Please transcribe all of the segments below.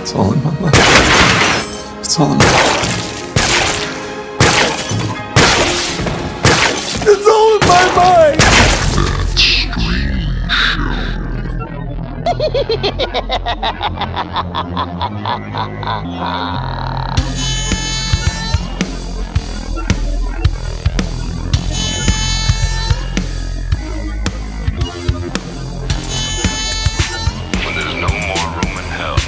It's all in my life. It's all in my It's all in my mind! When there's no more room in hell,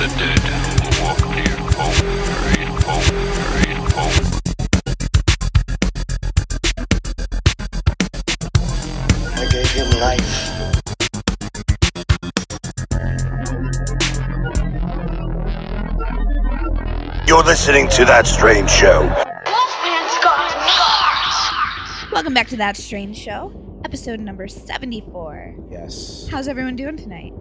the dead will walk to your coffin, read coffin, read coffin. I gave him life. You're listening to That Strange Show. Welcome back to That Strange Show, episode number 74. Yes. How's everyone doing tonight?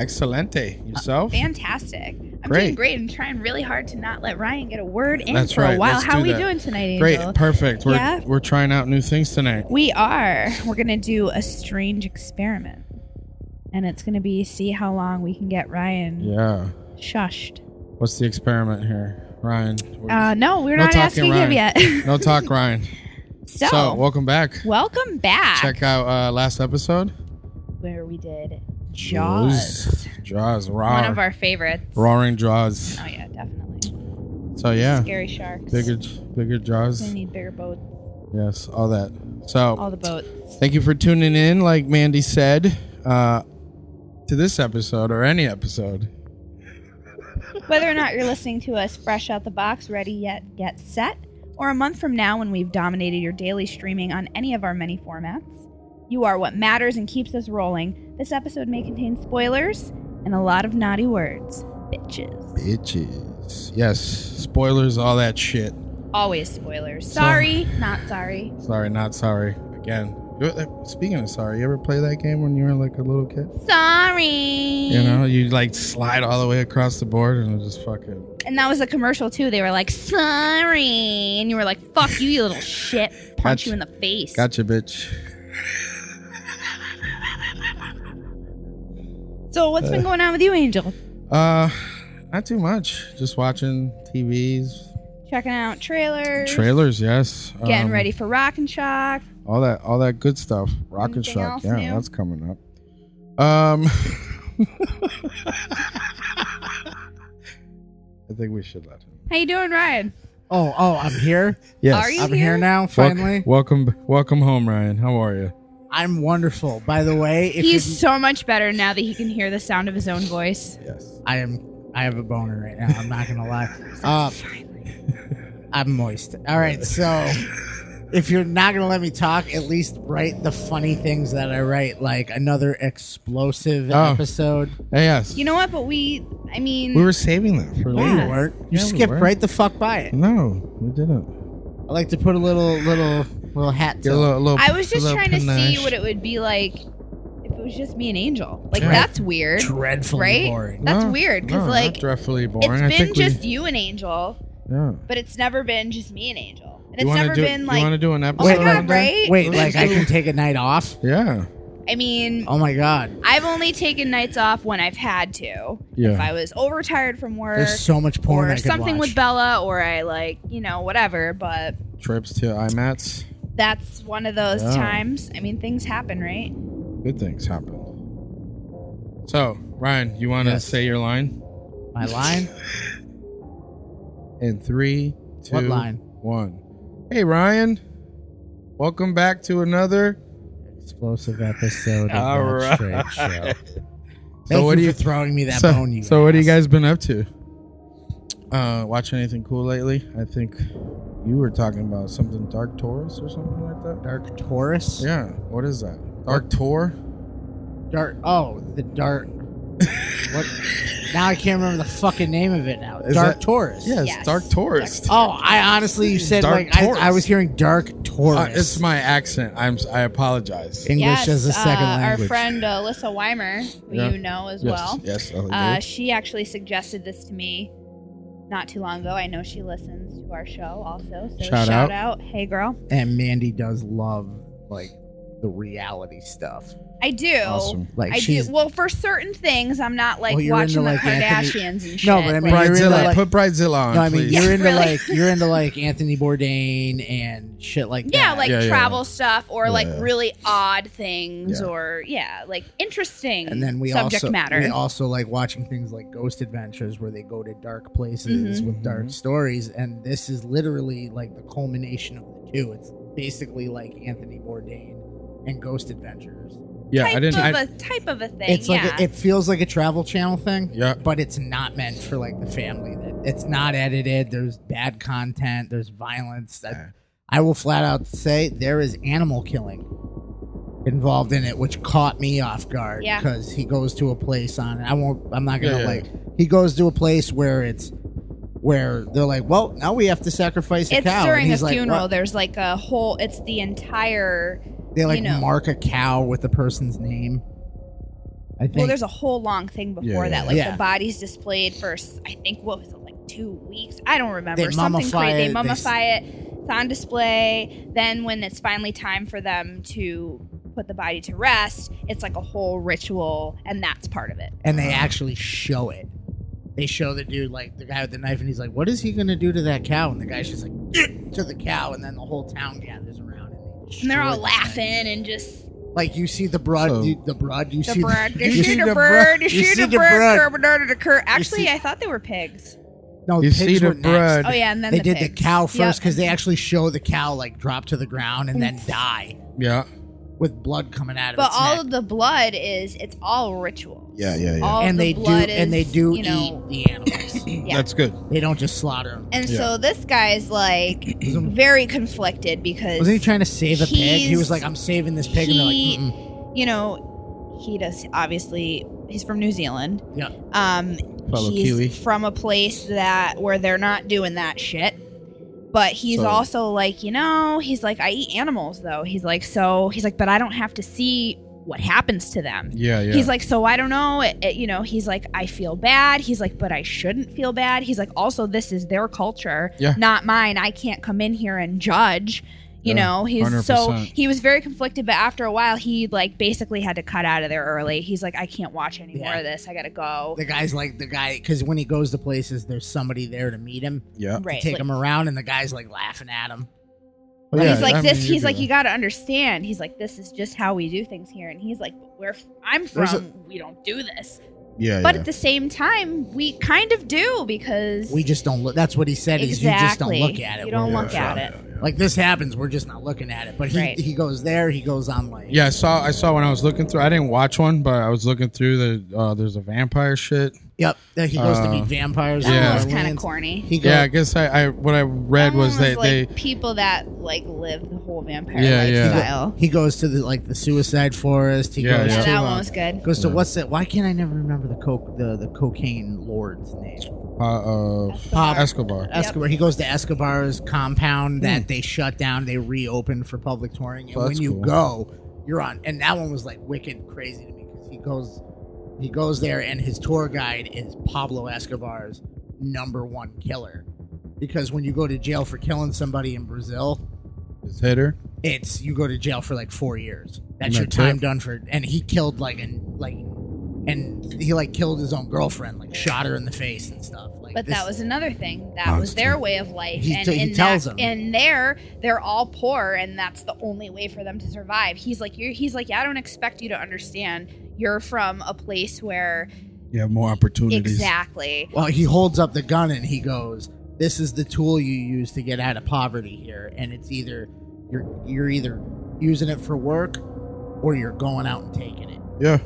Excelente. Yourself? Fantastic. I'm doing Great. great and trying really hard to not let Ryan get a word in That's for a right. while. Let's How do are we that. doing tonight, Great. Angel? Perfect. We're, Yeah. we're trying out new things tonight. We are. We're going to do a strange experiment. And it's going to be see how long we can get Ryan Yeah. shushed. What's the experiment here? Ryan. we're- Uh, no, we're No not talking, asking him Ryan. yet. no talk, Ryan. so, welcome back. welcome back. Check out uh, last episode. Where we did Jaws. Jaws. Raw. One of our favorites. Roaring Jaws. Oh, yeah, definitely. So, yeah. Scary sharks. Bigger, bigger They Jaws. need bigger boats. Yes, all that. So, All the boats. Thank you for tuning in, like Mandy said, uh, to this episode or any episode. Whether or not you're listening to us fresh out the box, ready yet, get set, or a month from now when we've dominated your daily streaming on any of our many formats, you are what matters and keeps us rolling. This episode may contain spoilers and a lot of naughty words. Bitches. Bitches. Yes, spoilers, all that shit. Always spoilers. Sorry, not sorry. Sorry, not sorry. Again, You- uh, speaking of sorry, you ever play that game when you were like a little kid? Sorry. You know, you like slide all the way across the board and it just fucking. And that was a commercial too. They were like, sorry. And you were like, fuck you, you little shit. Punch Gotcha. you in the face. Gotcha, bitch. So what's been going on with you, Angel? Uh, not too much. Just watching TVs, Checking out trailers. trailers. Yes, Getting Um, ready for Rock and Shock. all that all that good stuff. Rock and Anything Shock, else yeah, new? that's coming up. Um, I think we should let him. How you doing, Ryan? Oh, oh, I'm here. Yes, Are you I'm here? here now. Wel- Finally, welcome, welcome home, Ryan. How are you? I'm wonderful. By the way, if He's you- so much better now that he can hear the sound of his own voice. Yes. I am. I have a boner right now. I'm not gonna lie. Uh, I'm moist. All right, so if you're not gonna let me talk, at least write the funny things that I write, like another explosive Oh. episode. yes. You know what? But we, I mean, we were saving that for No, later. you weren't. You Yeah, we skipped were. right the fuck by it. No, we didn't. I like to put a little, little, little hat Get to. a little, little- I was a just little trying to see panache. what it would be like if it was just me and Angel. Like Right. that's weird, dreadfully right? boring. That's No, weird no, because not like dreadfully boring. I it's been think we- just you and Angel, yeah. but it's never been just me and Angel, and you it's wanna never do, been You want to like. do an Oh my episode? God, like that? right? Wait, like I can take a night off. Yeah. I mean, Oh my god, I've only taken nights off when I've had to. If Yeah. I was overtired from work. there's so much porn. I Or could something watch. with Bella, or I like, you know, whatever. But Trips to IMATs. that's one of those Yeah. times. I mean, things happen, right? good things happen. So, Ryan, you want to Yes. say your line My line? in three, two, What line? one. Hey, Ryan, welcome back to another. Explosive episode of All That right. Strange Show. Thank So what you do you- for throwing me that so, bone. You so what have you ass. guys been up to? Uh, watch anything cool lately? I think you were talking about something Dark Taurus or something like that. Dark Taurus? Yeah, what is that? Dark Tor? Dark. Oh, the dark. what? Now I can't remember the fucking name of it now. Is dark that- Taurus. Yes, Yes. Dark Taurus. Oh, I honestly, you said Dark like I, Taurus. I was hearing Dark Taurus. Uh, it's my accent. I'm. I apologize. English yes, as a second uh, language. Our friend Alyssa Weimer, who Yeah. you know as yes. well, Yes. oh, I uh, do. she actually suggested this to me not too long ago. I know she listens to our show also. So Shout shout, out. out. Hey, girl. and Mandy does love like the reality stuff. I do. Awesome. Like I do. she's Well, for certain things, I'm not like Well, you're watching into, the like, Anthony- Kardashians and shit. No, but I mean, like- you're into, Bridezilla. like- Put Bridezilla on, no, I mean please. you're into really. like you're into like Anthony Bourdain and shit like yeah, that. like Yeah, yeah. travel stuff or like Yeah. really odd things Yeah. or yeah, like interesting and then we subject also matter. we also like watching things like Ghost Adventures where they go to dark places Mhm. with dark Mhm. stories, and this is literally like the culmination of the two. It's basically like Anthony Bourdain and Ghost Adventures. yeah, type I didn't. of I, a type of a thing. It's like yeah. it feels like a Travel Channel thing. yeah, but it's not meant for like the family. It's not edited. There's bad content. There's violence. I, I will flat out say there is animal killing involved in it, which caught me off guard. Yeah. because he goes to a place on. I won't. I'm not gonna Yeah, yeah. like. He goes to a place where it's where they're like, well, now we have to sacrifice a it's cow. during and a he's like, funeral. "What?" There's like a whole. It's the entire. They like you know. mark a cow with the person's name. I think. Well, there's a whole long thing before Yeah, that. yeah, Like yeah. the body's displayed for s- I think what was it like two weeks? I don't remember. They Something mummify crazy. it, They they s- mummify it. It's on display. Then when it's finally time for them to put the body to rest, it's like a whole ritual, and that's part of it. and Uh-huh. they actually show it. They show the dude, like the guy with the knife, and he's like, "What is he gonna do to that cow?" And the guy's just like, "Get to the cow," and then the whole town gathers around, and, they And they're all destroy the laughing thing. and just Like you see the broad, So- you, the broad, you the see bird. the, You shoot a the bird. You you shoot see a the bird. bird. cur- bird, cur- cur- Actually, see- I thought they were pigs. No, You pigs see the were next. broad. Oh yeah, and then They the did the pigs. cow Yep. first because they actually show the cow like drop to the ground and then die yeah, with blood coming out of But its all neck. of the blood is it's all ritual. yeah, yeah, yeah. All and the they blood do, is, and they do you know, eat the animals. yeah. That's good. they don't just slaughter them. And Yeah. so this guy's like very conflicted because Wasn't he trying to save a pig? He He's- was like, "I'm saving this pig," and they're like, he- Mm-mm. you know he does obviously he's from New Zealand. Yeah. Um, Fellow he's Kiwi. from a place that where they're not doing that shit. But he's So- also like, you know, he's like, I eat animals though. He's like, so he's like, but I don't have to see what happens to them. Yeah, yeah. He's like, so I don't know. It, it- you know, he's like, I feel bad. He's like, but I shouldn't feel bad. He's like, also, this is their culture, Yeah. not mine. I can't come in here and judge. You Yeah, know, he's so 100%. he was very conflicted, but after a while, he like basically had to cut out of there early. He's like, I can't watch any more Yeah. of this. I gotta go. the guy's like the guy because when he goes to places, there's somebody there to meet him, yeah. right. uh, take like- him around, and the guy's like laughing at him. Well, And Oh, yeah, he's like I mean, this. you he's do like, that. you got to understand. He's like, this is just how we do things here. And he's like, where f- I'm from, There's a- we don't do this. Yeah, But yeah. at the same time, we kind of do because We just don't look. That's what he said. Is you just don't look at it. You don't Yeah, look yeah, at it. yeah. Like this happens, we're just not looking at it. But he, Right. he goes there. He goes on like Yeah, I saw. I saw when I was looking through. I didn't watch one, but I was looking through the. Uh, there's a vampire shit. yep. Then he goes to Uh, meet vampires. That Yeah. was and kind of aliens. corny. He goes, Yeah, I guess I. I what I read That was one that like they. people that like live the whole vampire Yeah, yeah. lifestyle. he goes to the like the suicide forest. He Yeah, goes Yeah, to that uh, one was good. goes to Yeah. what's that? Why can't I never remember the coke the the cocaine lord's name? Uh, uh, Pop- Escobar. Escobar. He goes to Escobar's compound that they shut down. They reopened for public touring, and Hmm. Well, when that's you cool. go, you're on. And that one was like wicked crazy to me because he goes, he goes there, and his tour guide is Pablo Escobar's number one killer. Because when you go to jail for killing somebody in Brazil, His hitter. it's you go to jail for like four years. That's And your that's time it? done for. And he killed like and like, and he like killed his own girlfriend, like shot her in the face and stuff. Like, But this- that was another thing. That Oh, was it's their true. way of life. He and t- he in tells that, them. And there, they're all poor, and that's the only way for them to survive. He's like, you're, he's like, yeah, I don't expect you to understand. You're from a place where You have more opportunities. exactly. Well, he holds up the gun and he goes, "This is the tool you use to get out of poverty here, and it's either you're you're either using it for work or you're going out and taking it." Yeah.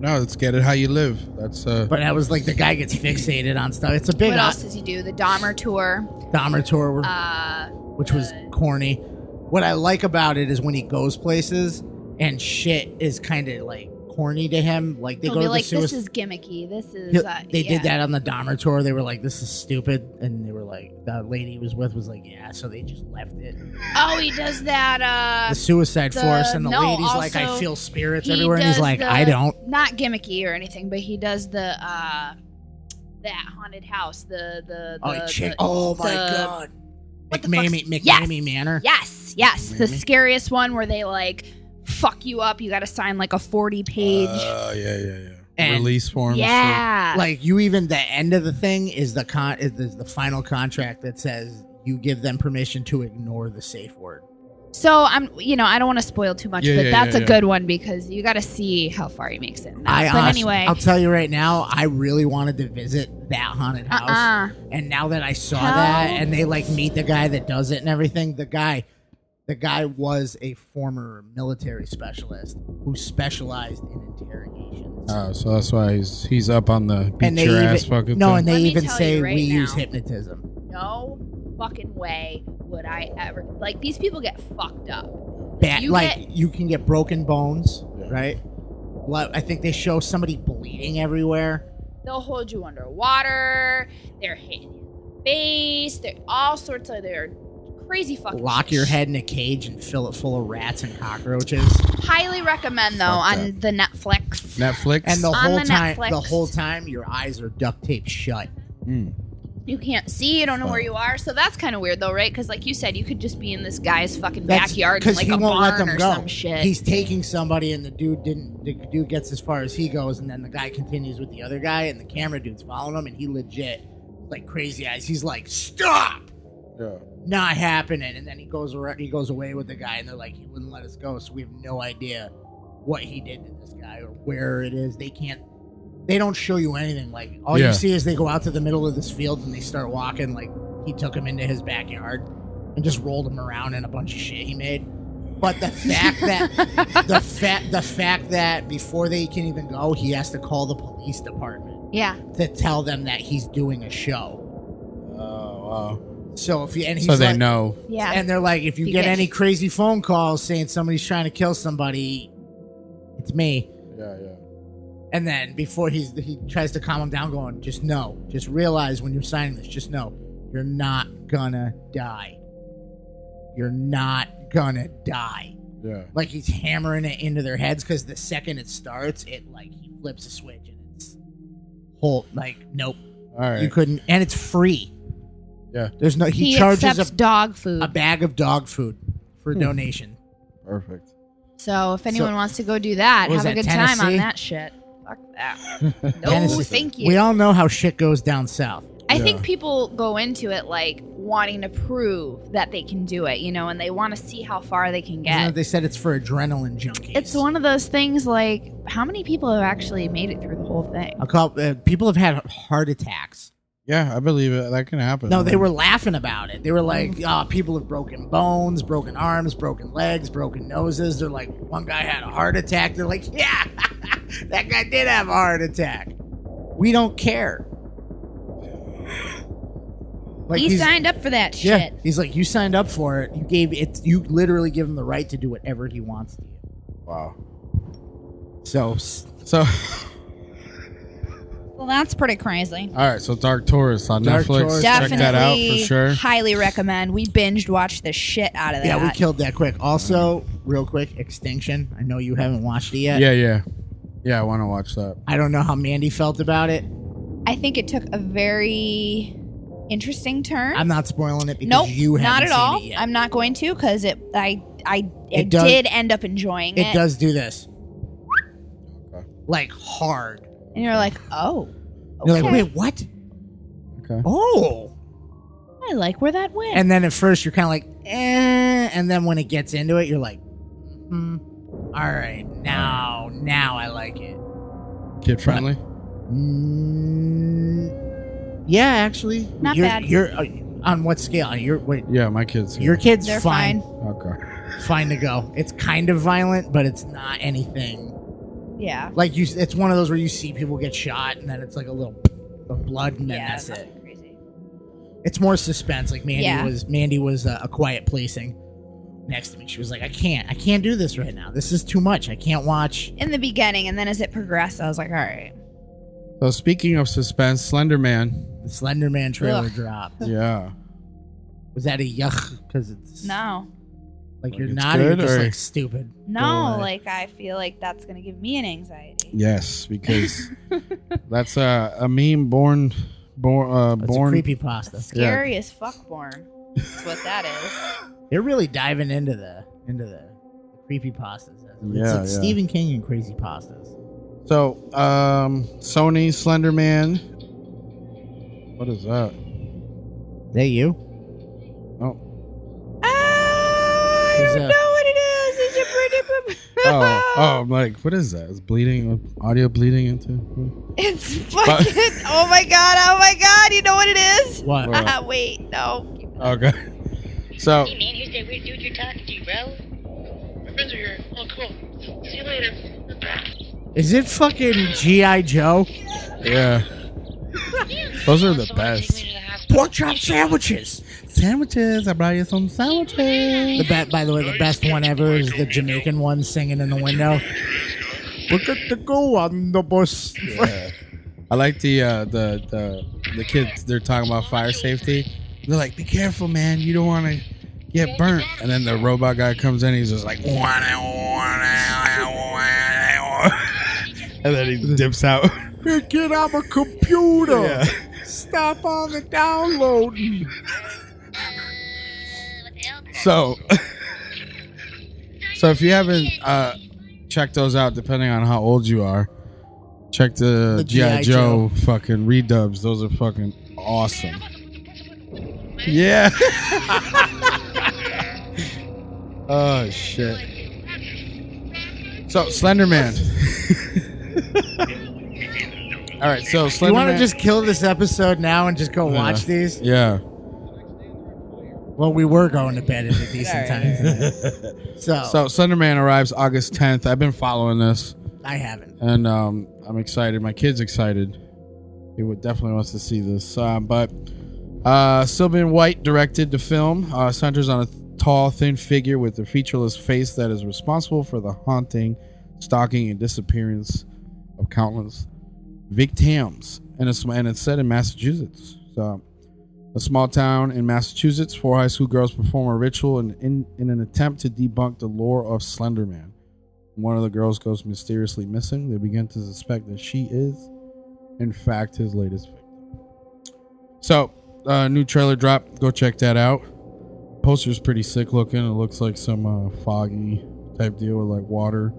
No, let's get it how you live. That's uh. But I was like, the guy gets fixated on stuff. It's a big What else does he do? The Dahmer tour. Dahmer tour, Uh, which was corny. What I like about it is when he goes places and shit is kind of like corny to him. Like they he'll go be to like, the this suicide. is gimmicky. This is. He'll- Uh, they yeah. did that on the Dahmer tour. They were like, "This is stupid," and they were like, "The lady he was with was like, yeah," so they just left it. Oh, he does that. Uh, the suicide the- force and the no, lady's like i also, feel spirits he everywhere and he's does like the- i don't not gimmicky or anything, but he does the uh, that haunted house. The the, the, oh, he cha- the- oh my the- god What the McMamie, fuck's- Yes! McMamie manor yes, yes, the Really? scariest one where they like fuck you up. You got to sign like a 40 page. Uh, yeah, yeah, yeah. And- Release form. and yeah. like you even the end of the thing is the con is the, the final contract that says you give them permission to ignore the safe word. so I'm, you know, I don't want to spoil too much, Yeah, but yeah, that's yeah, a yeah. good one because you got to see how far he makes it. in that. I but honestly, anyway, I'll tell you right now, I really wanted to visit that haunted house, uh-uh. and now that I saw How- that, and they like meet the guy that does it and everything, the guy, the guy was a former military specialist who specialized in interrogations. Shit. Oh, so that's why he's he's up on the beat and they your even, ass fucking no, thing. and they Let me even tell say you right we now. use hypnotism. no fucking way would I ever like these people get fucked up. Bat, You like get- you can get broken bones, Yeah. right? Blood, I think they show somebody bleeding everywhere. They'll hold you underwater. They're hitting you in the face. They're all sorts of they're crazy fucking. Lock your shit. head in a cage and fill it full of rats and cockroaches. Highly recommend though Fuck on the Netflix. Netflix. And the On whole the time, the Netflix. whole time, your eyes are duct taped shut. Mm. You can't see. You don't know where Oh. you are. So that's kind of weird though, right? Because like you said, you could just be in this guy's fucking That's backyard in, like he a won't let barn them or go. some shit. He's taking somebody, and the dude didn't. The dude gets as far as he goes, and then the guy continues with the other guy, and the camera dude's following him, and he legit like crazy eyes. He's like, "Stop! Yeah. Not happening!" And then he goes around, he goes away with the guy, and they're like, "He wouldn't let us go, so we have no idea what he did to this guy or where it is. They can't." They don't show you anything. Like all Yeah. you see is they go out to the middle of this field and they start walking. Like he took him into his backyard and just rolled him around in a bunch of shit he made. But the fact that the fact the fact that before they can even go, he has to call the police department yeah. to tell them that he's doing a show. Oh wow. So if you and he's So they like, know. Yeah. and they're like, if you, You get, get- any crazy phone calls saying somebody's trying to kill somebody, it's me. Yeah, yeah. And then before he's he tries to calm him down, going, just no, just realize when you're signing this, just no, you're not gonna die. You're not gonna die. Yeah. like he's hammering it into their heads because the second it starts, it like he flips a switch and it's whole like nope, All right. you couldn't, and it's free. Yeah. there's no uh, he, he charges accepts Hmm. a, dog food. a bag of dog food for donation. Perfect. So if anyone wants to go do that, have What was a that, good time on Tennessee? that shit. Fuck that. No, Tennessee. thank you. We all know how shit goes down south. I Yeah. think people go into it like wanting to prove that they can do it, you know, and they want to see how far they can Isn't get. it- they said it's for adrenaline junkies. It's one of those things like how many people have actually made it through the whole thing? A couple uh, people have had heart attacks. Yeah, I believe it. That can happen. No, they were laughing about it. They were like, oh, people have broken bones, broken arms, broken legs, broken noses. They're like, one guy had a heart attack. They're like, yeah, that guy did have a heart attack. We don't care. Like he he's- signed up for that yeah, shit. he's like, you signed up for it. You gave it. You literally give him the right to do whatever he wants to you. Wow. So s- So, Well, that's pretty crazy. all right. So Dark Taurus on Dark Netflix. Taurus. Definitely Check that out for sure. highly recommend. We binged watched the shit out of that. yeah, we killed that quick. Also, real quick, Extinction. I know you haven't watched it yet. Yeah, yeah, yeah. I want to watch that. I don't know how Mandy felt about it. I think it took a very interesting turn. I'm not spoiling it because nope, you haven't not at seen all. it yet. I'm not going to because it. I I, I It does- did end up enjoying it. it does do this, Okay. like hard. and you're like, oh, You're okay. like, wait, what? Okay. Oh, I like where that went. and then at first you're kind of like, eh, and then when it gets into it, you're like, hmm, all right, now, now I like it. Kid friendly. Mm, yeah, actually, Not you're, bad. You're uh, on what scale? You're wait, Yeah, my kids. your Here. kid's They're fine, fine. Okay. fine, to go. It's kind of violent, but it's not anything Yeah. like you. It's one of those where you see people get shot, and then it's like a little of blood, and then yeah. that's it. nothing crazy. It's more suspense. Like Mandy Yeah. was Mandy was uh, a quiet placing next to me. She was like, "I can't, I can't do this right now. This is too much. I can't watch." In the beginning, and then as it progressed, I was like, all right. So speaking of suspense, Slender Man. The Slender Man trailer Ugh. drop Yeah. was that a yuck? Because it's No. like you're Like, it's not you're good, just or- like stupid. Go No, away. like I feel like that's gonna give me an anxiety. Yes, because that's a a meme born born uh, it's born a creepy pasta. Scary as fuck born. That's what that is. They're really diving into the into the creepy pastas. It's Yeah, like yeah. Stephen King and crazy pastas. So, um, Sony Slender Man. What is that? Is that you? Oh, Oh, I Who's don't know that? what it is. It's a pretty. oh, oh! I'm like, what is that? Is bleeding audio bleeding into? It's fucking. oh my god. Oh my god. You know what it is? What? What? Ah, Wait. No. Okay. So, Hey man, who's that weird dude you're talking to, bro? My friends are here. Oh, cool. See you later. Is it fucking G.I. Joe? yeah, those are the best Pork chop sandwiches. sandwiches. I brought you some sandwiches. The be- by the way, the best one ever is the Jamaican one singing in the window. Look at the go on the bus. Yeah. I like the uh, the the the kids. They're talking about fire safety. They're like, "Be careful, man! You don't want to get burnt." And then the robot guy comes in. He's just like, and then he dips out. Pick it up a computer. Yeah. Stop on the download. So, so if you haven't uh, checked those out, depending on how old you are, check the, The GI G.I. Joe fucking redubs. Those are fucking awesome. Yeah. oh shit. So Slenderman. All right, so Slenderman. You want to just kill this episode now and just go Yeah. watch these? Yeah. Well, we were going to bed at a decent time. tonight. So, So Slenderman arrives August 10th. I've been following this. I haven't. and um, I'm excited. My kid's excited. He would definitely wants to see this. Um, but uh, Sylvan White directed the film. Uh, centers on a th- tall, thin figure with a featureless face that is responsible for the haunting, stalking, and disappearance of countless victims. And it's and it's set in Massachusetts. So. A small town in Massachusetts, four high school girls perform a ritual in, in, in an attempt to debunk the lore of Slender Man. One of the girls goes mysteriously missing. They begin to suspect that she is, in fact, his latest victim. So, uh, new trailer drop. Go check that out. Poster's pretty sick looking. It looks like some uh, foggy type deal with like water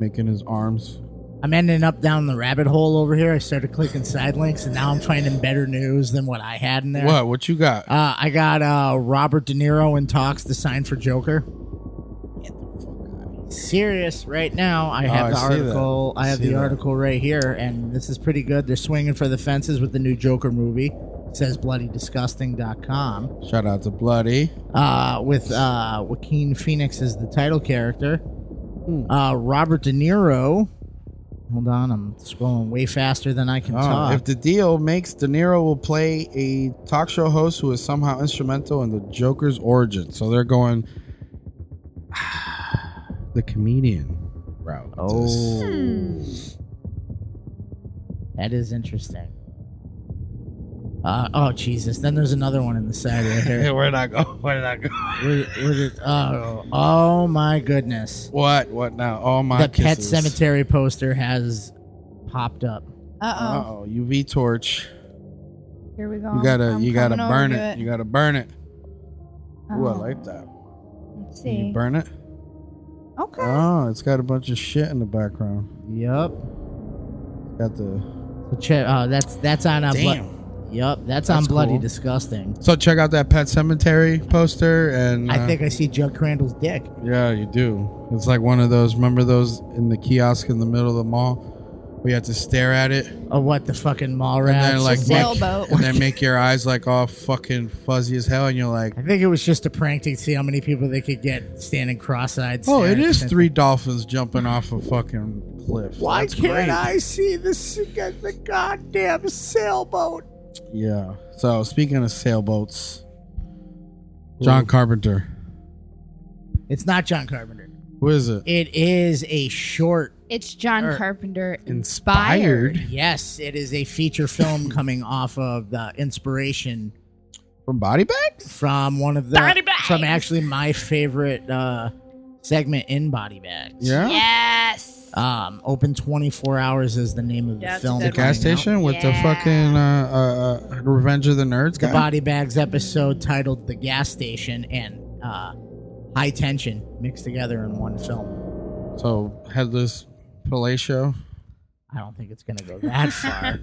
making his arms. I'm ending up down the rabbit hole over here. I started clicking side links, and now I'm finding better news than what I had in there. What? What you got? Uh, I got uh, Robert De Niro in talks to sign for Joker. Serious right now. I Oh, have I the see that. article. I I have see the that. article right here, and this is pretty good. They're swinging for the fences with the new Joker movie. It says bloodydisgusting.com. Shout out to Bloody. uh, with uh, Joaquin Phoenix as the title character. Hmm. Uh, Robert De Niro. Hold on, I'm scrolling way faster than I can Oh, talk. if the deal makes, De Niro will play a talk show host who is somehow instrumental in the Joker's origin. So they're going the comedian route. Oh. Hmm. that is interesting. Uh, oh Jesus! Then there's another one in the side right Hey, here. where'd I go? Where'd I go? Where- where did- oh, oh my goodness! What? What now? Oh my! The Pet kisses. Cemetery poster has popped up. Uh oh. Uh-oh, UV torch. Here we go. You gotta, Oh, I'm you gotta coming over burn to it. You gotta burn it. Ooh, I Oh, like that. Let's Can see. You burn it. okay. Oh, it's got a bunch of shit in the background. Yep. Got the So che- uh, that's that's on a. damn. yep, that's, on That's bloody cool. disgusting. so check out that Pet Cemetery poster, and I uh, think I see Jug Crandall's dick. Yeah, you do. It's like one of those. Remember those in the kiosk in the middle of the mall, where you have to stare at it and Oh, what the fucking mall rat? then like make, sailboat. and then make your eyes like all fucking fuzzy as hell, and you're like, I think it was just a prank to see how many people they could get standing cross-eyed. oh, it staring is at- three dolphins jumping off a fucking cliff. Why That's can't great. I see this again? The goddamn sailboat. Yeah. So speaking of sailboats, John Carpenter. It's not John Carpenter. Who is it? It is a short. It's John Er, Carpenter Inspired? Yes, it is a feature film coming off of the inspiration From Body Bags? from one of the from actually my favorite uh, segment in Body Bags. Yeah. Yes. Um, open 24 hours is the name of the That's film. a The good coming gas out. station with the Yeah. fucking uh, uh, uh, Revenge of the Nerds The guy. Body Bags episode titled "The Gas Station" and uh, high tension mixed together in one film. So headless fellatio I don't think it's gonna go that far.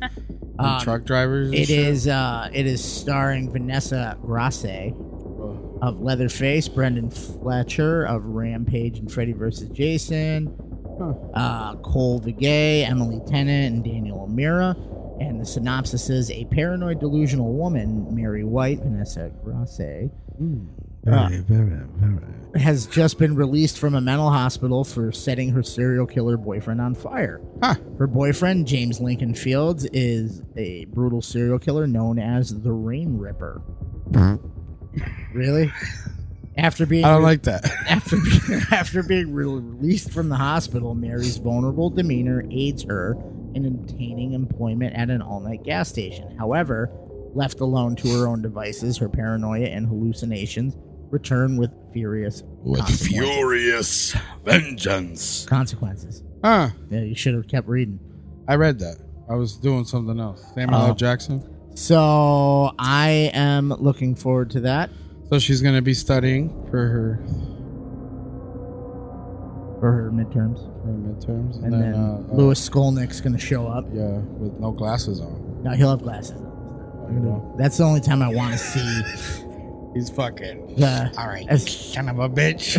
Um, truck drivers. and It shit? is. Uh, it is starring Vanessa Grasse Oh, of Leatherface, Brendan Fletcher of Rampage and Freddy vs. Jason, Huh. uh, Cole Vigay, Emily Tennant, and Daniel O'Meara. And the synopsis is a paranoid, delusional woman, Mary White, Vanessa Grasse, Very, very, very. has just been released from a mental hospital for setting her serial killer boyfriend on fire. Huh. Her boyfriend, James Lincoln Fields, is a brutal serial killer known as the Rain Ripper. really? After being Hmm. I don't like that. after being, after being re- released from the hospital, Mary's vulnerable demeanor aids her in obtaining employment at an all-night gas station. However, left alone to her own devices, her paranoia and hallucinations return with furious consequences. furious vengeance. consequences. Huh. Yeah, you should have kept reading. I read that. I was doing something else. Samuel Oh. L. Jackson. So I am looking forward to that So she's gonna be studying for her, for her midterms, for her midterms, and, and, then, then, uh, uh, Lewis Skolnick's gonna show up. Yeah, with no glasses on. No, he'll have glasses. You know, That's the only time I want to see he's fucking. the All right, That's- son of a bitch.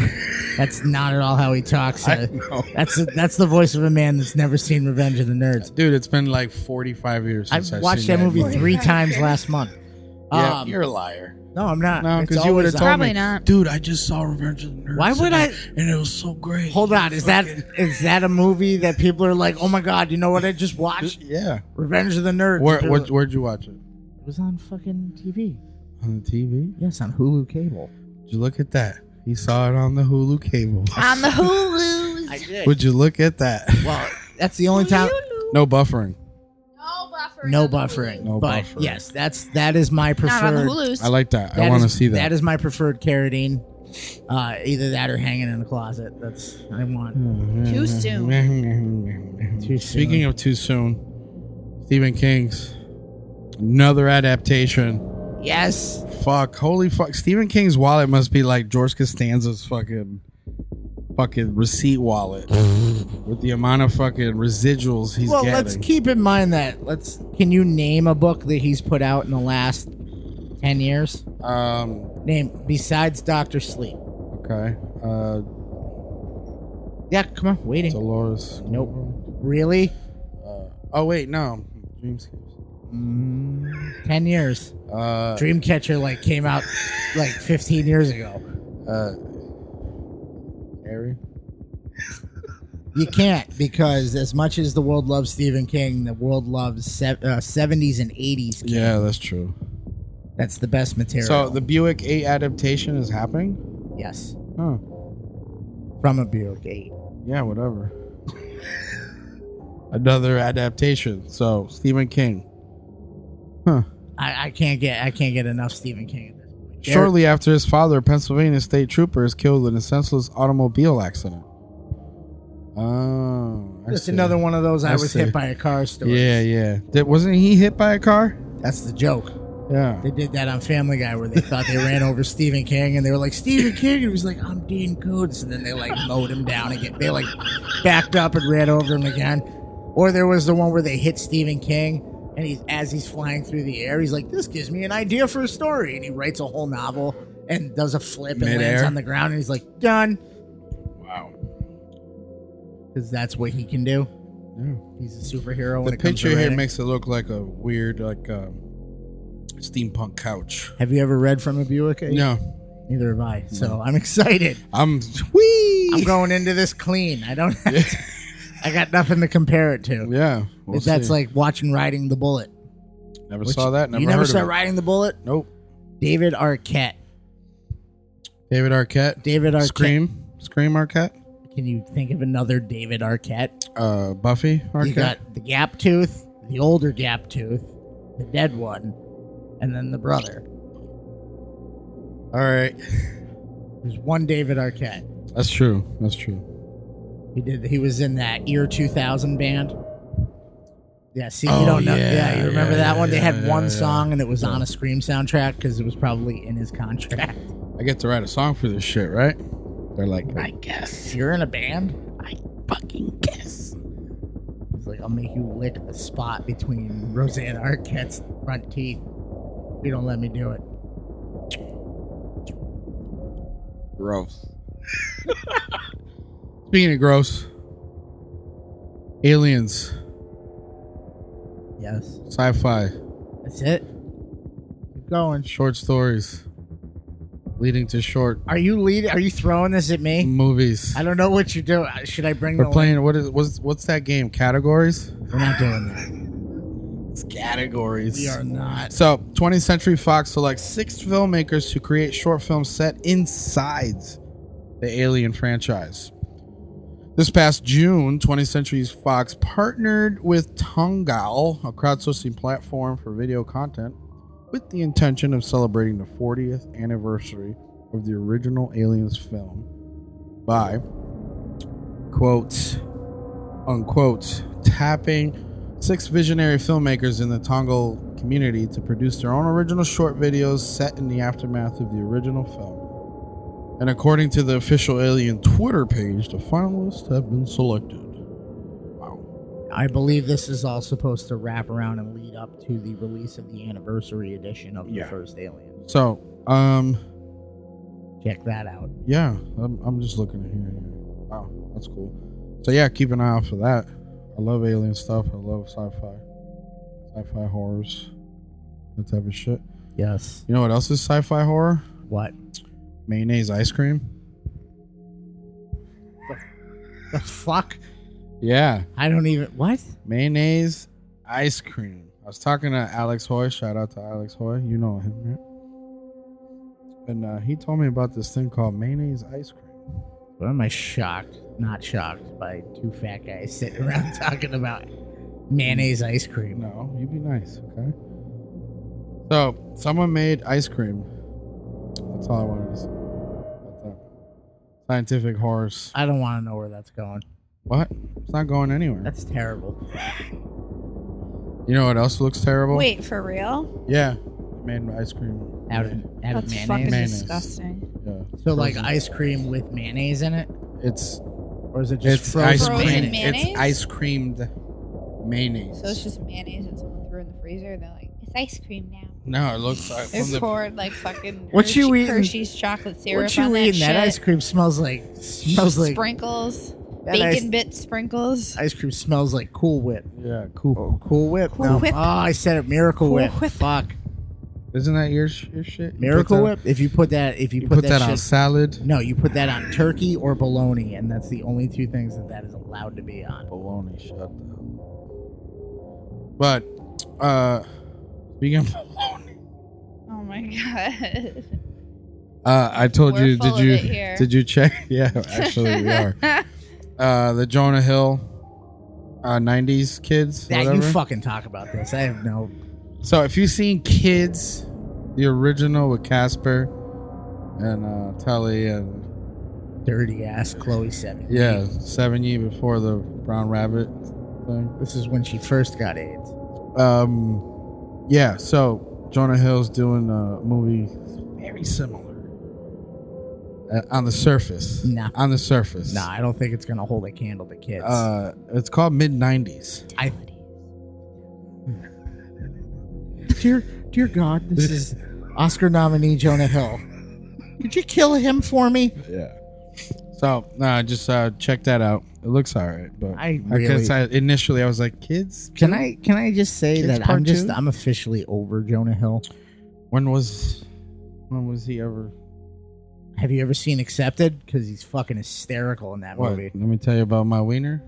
That's not at all how he talks. I Uh, know. that's that's the voice of a man that's never seen Revenge of the Nerds. Dude, it's been like 45 years I since I've watched seen that movie three Yeah. times last month. Yeah, Um, you're a liar. no, I'm not. No, It's because you would have always told on. Probably me, not. dude. I just saw Revenge of the Nerds. Why would and I- And it was so great. Hold on, is that is that a movie that people are like, oh my god, you know what I just watched? Yeah. Revenge of the Nerds. Where, People are where like, where'd you watch it? it was on fucking TV. On the TV. Yes, on Hulu cable. Would you look at that? He saw it on the Hulu cable. On the Hulu's. did. Would you look at that? well, that's the only time. No buffering. No buffering. No buffering. No but buffering. yes, that's that is my Not on the preferred. Hulu's. I like that. I That want to is- see that. That is my preferred carotene. Uh, either that or hanging in the closet. That's I want. Too soon. Too soon. Speaking of too soon, Stephen King's another adaptation. Yes. Fuck, holy fuck. Stephen King's wallet must be like George Costanza's fucking fucking receipt wallet with the amount of fucking residuals he's well, getting. let's keep in mind that let's. Can you name a book that he's put out in the last ten years? um Name besides Doctor Sleep. okay. Uh Yeah, come on, waiting. Dolores. Nope. really? Uh, oh wait, no. Dreamscapes. Mm, ten years. Uh Dreamcatcher like came out like fifteen years ago. uh Harry. You can't because as much as the world loves Stephen King, the world loves uh, seventies and eighties. Yeah, that's true. That's the best material. So the Buick 8 adaptation is happening? yes, Huh. from a Buick Eight. Yeah, whatever. Another adaptation. So Stephen King. I, I can't get I can't get enough Stephen King at this point. There- Shortly after his father, a Pennsylvania state trooper, is killed in a senseless automobile accident. Oh, I just see. another one of those. I, I was see. hit by a car story. Yeah, yeah. Did, wasn't he hit by a car? that's the joke. Yeah. They did that on Family Guy where they thought they ran over Stephen King and they were like Stephen King and he was like I'm Dean Koontz and then they like mowed him down again. They like backed up and ran over him again. Or there was the one where they hit Stephen King and he's as he's flying through the air, he's like this gives me an idea for a story and he writes a whole novel and does a flip and lands Midair? on the ground and he's like done Wow. because that's what he can do. Yeah. He's a superhero. when The it comes to picture here writing. makes it look like a weird, like, um, steampunk couch. Have you ever read from a Buick? No, Neither have I. So I'm excited. I'm. Whee! I'm going into this clean. I don't. Have to, I got nothing to compare it to. yeah, we'll that's see. like watching Riding the Bullet. never which- saw that. Never you never heard saw of it. Riding the Bullet? Nope. David Arquette. David Arquette. David Arquette. Scream. Scream Arquette. Can you think of another David Arquette? Uh, Buffy Arquette. You got the gap tooth, the older gap tooth, the dead one, and then the brother. All right. There's one David Arquette. That's true. That's true. He did. He was in that Year 2000 band. Yeah, see, Oh, you don't know. yeah, Yeah, you remember yeah, that yeah, one? They yeah, had yeah, one yeah. song and it was on a Scream soundtrack because it was probably in his contract. I get to write a song for this shit, right? They're like, I guess. You're in a band? I fucking guess. He's like, I'll make you lick the spot between Roseanne Arquette's front teeth. You don't let me do it. gross. Speaking of gross, aliens, Yes. sci-fi, That's it. Keep going. short stories, leading to short Are you lead? Are you throwing this at me? movies. I don't know what you're doing. Should I bring Mm. We're the playing. What is what's what's that game? Categories. link? We're not doing that. It's categories. We are not. So, 20th Century Fox selects six filmmakers to create short films set inside the Alien franchise. This past June, 20th Century Fox partnered with Tongal, a crowdsourcing platform for video content, with the intention of celebrating the 40th anniversary of the original Aliens film by, quote, unquote, tapping six visionary filmmakers in the Tongal community to produce their own original short videos set in the aftermath of the original film. And according to the official Alien Twitter page, the finalists have been selected. Wow. I believe this is all supposed to wrap around and lead up to the release of the anniversary edition of Yeah. the first Alien. So, um, Check that out. yeah, I'm, I'm just looking at here. Wow, that's cool. So, yeah, keep an eye out for that. I love alien stuff. I love sci fi, sci fi horrors, that type of shit. Yes. You know what else is sci fi horror? What? Mayonnaise ice cream. The fuck? Yeah. I don't even. What? mayonnaise ice cream. I was talking to Alex Hoy. Shout out to Alex Hoy. You know him, right? And uh, he told me about this thing called mayonnaise ice cream. What am I shocked? Not shocked by two fat guys sitting around talking about mayonnaise ice cream. No, you be nice, okay? So someone made ice cream. That's all I wanted to say. about that. Scientific horse. I don't want to know where that's going. What? It's not going anywhere. That's terrible. You know what else looks terrible? Wait, for real? Yeah, made ice cream. Out of, out of That's fucking mayonnaise. Mayonnaise. disgusting. Yeah. So like ice cream with mayonnaise in it, It's or is it just it's frozen ice Frozen cream. mayonnaise? It's ice creamed mayonnaise. So it's just mayonnaise that someone threw in the freezer. They're like, it's ice cream now. No, it looks like They from the poured like fucking What you Hershey- eating? Hershey's chocolate syrup What you on eating? That, shit. ice cream smells like smells like sprinkles, that bacon ice, bit sprinkles. ice cream smells like Cool Whip. yeah, cool. Cool Whip. Cool no. Whip. Oh, I said it. Miracle Cool Whip. Whip. Fuck. Isn't that your sh- your shit? You Miracle put that- Whip. If you put that, if you, You put, that, on shit, salad. no, you put that on turkey or bologna, and that's the only two things that that is allowed to be on. Bologna, shut down. But uh, speaking of bologna, Oh my god. uh, I told We're you. full Did of you it here. did you check? Yeah, actually we are. Uh, the Jonah Hill, uh, '90s kids. That you whatever. fucking talk about this. I have no. So if you've seen Kids, the original with Casper and uh, Tully and Dirty ass Chloe Seven. yeah, seven year before the brown rabbit thing. This is when she first got AIDS. Um, yeah. So Jonah Hill's doing a movie very similar uh, on the surface. Nah. On the surface. Nah, I don't think it's gonna hold a candle to kids. Uh, it's called mid '90s. I. Dear, dear God, this is Oscar nominee Jonah Hill. Could you kill him for me? Yeah. So nah, just uh, check that out. It looks alright, but I I, really- guess I initially I was like, kids. Can I can I just say Kids that I'm part just two? I'm officially over Jonah Hill. When was when was he ever? Have you ever seen Accepted? Because he's fucking hysterical in that What? movie. Let me tell you about my wiener.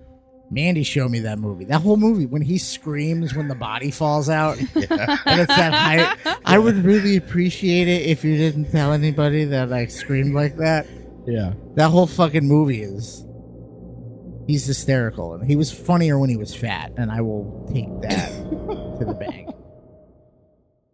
Mandy showed me that movie. That whole movie when he screams when the body falls out and it's that height. I would really appreciate it if you didn't tell anybody that I screamed like that. Yeah. That whole fucking movie is. He's hysterical, and he was funnier when he was fat, and I will take that to the bank.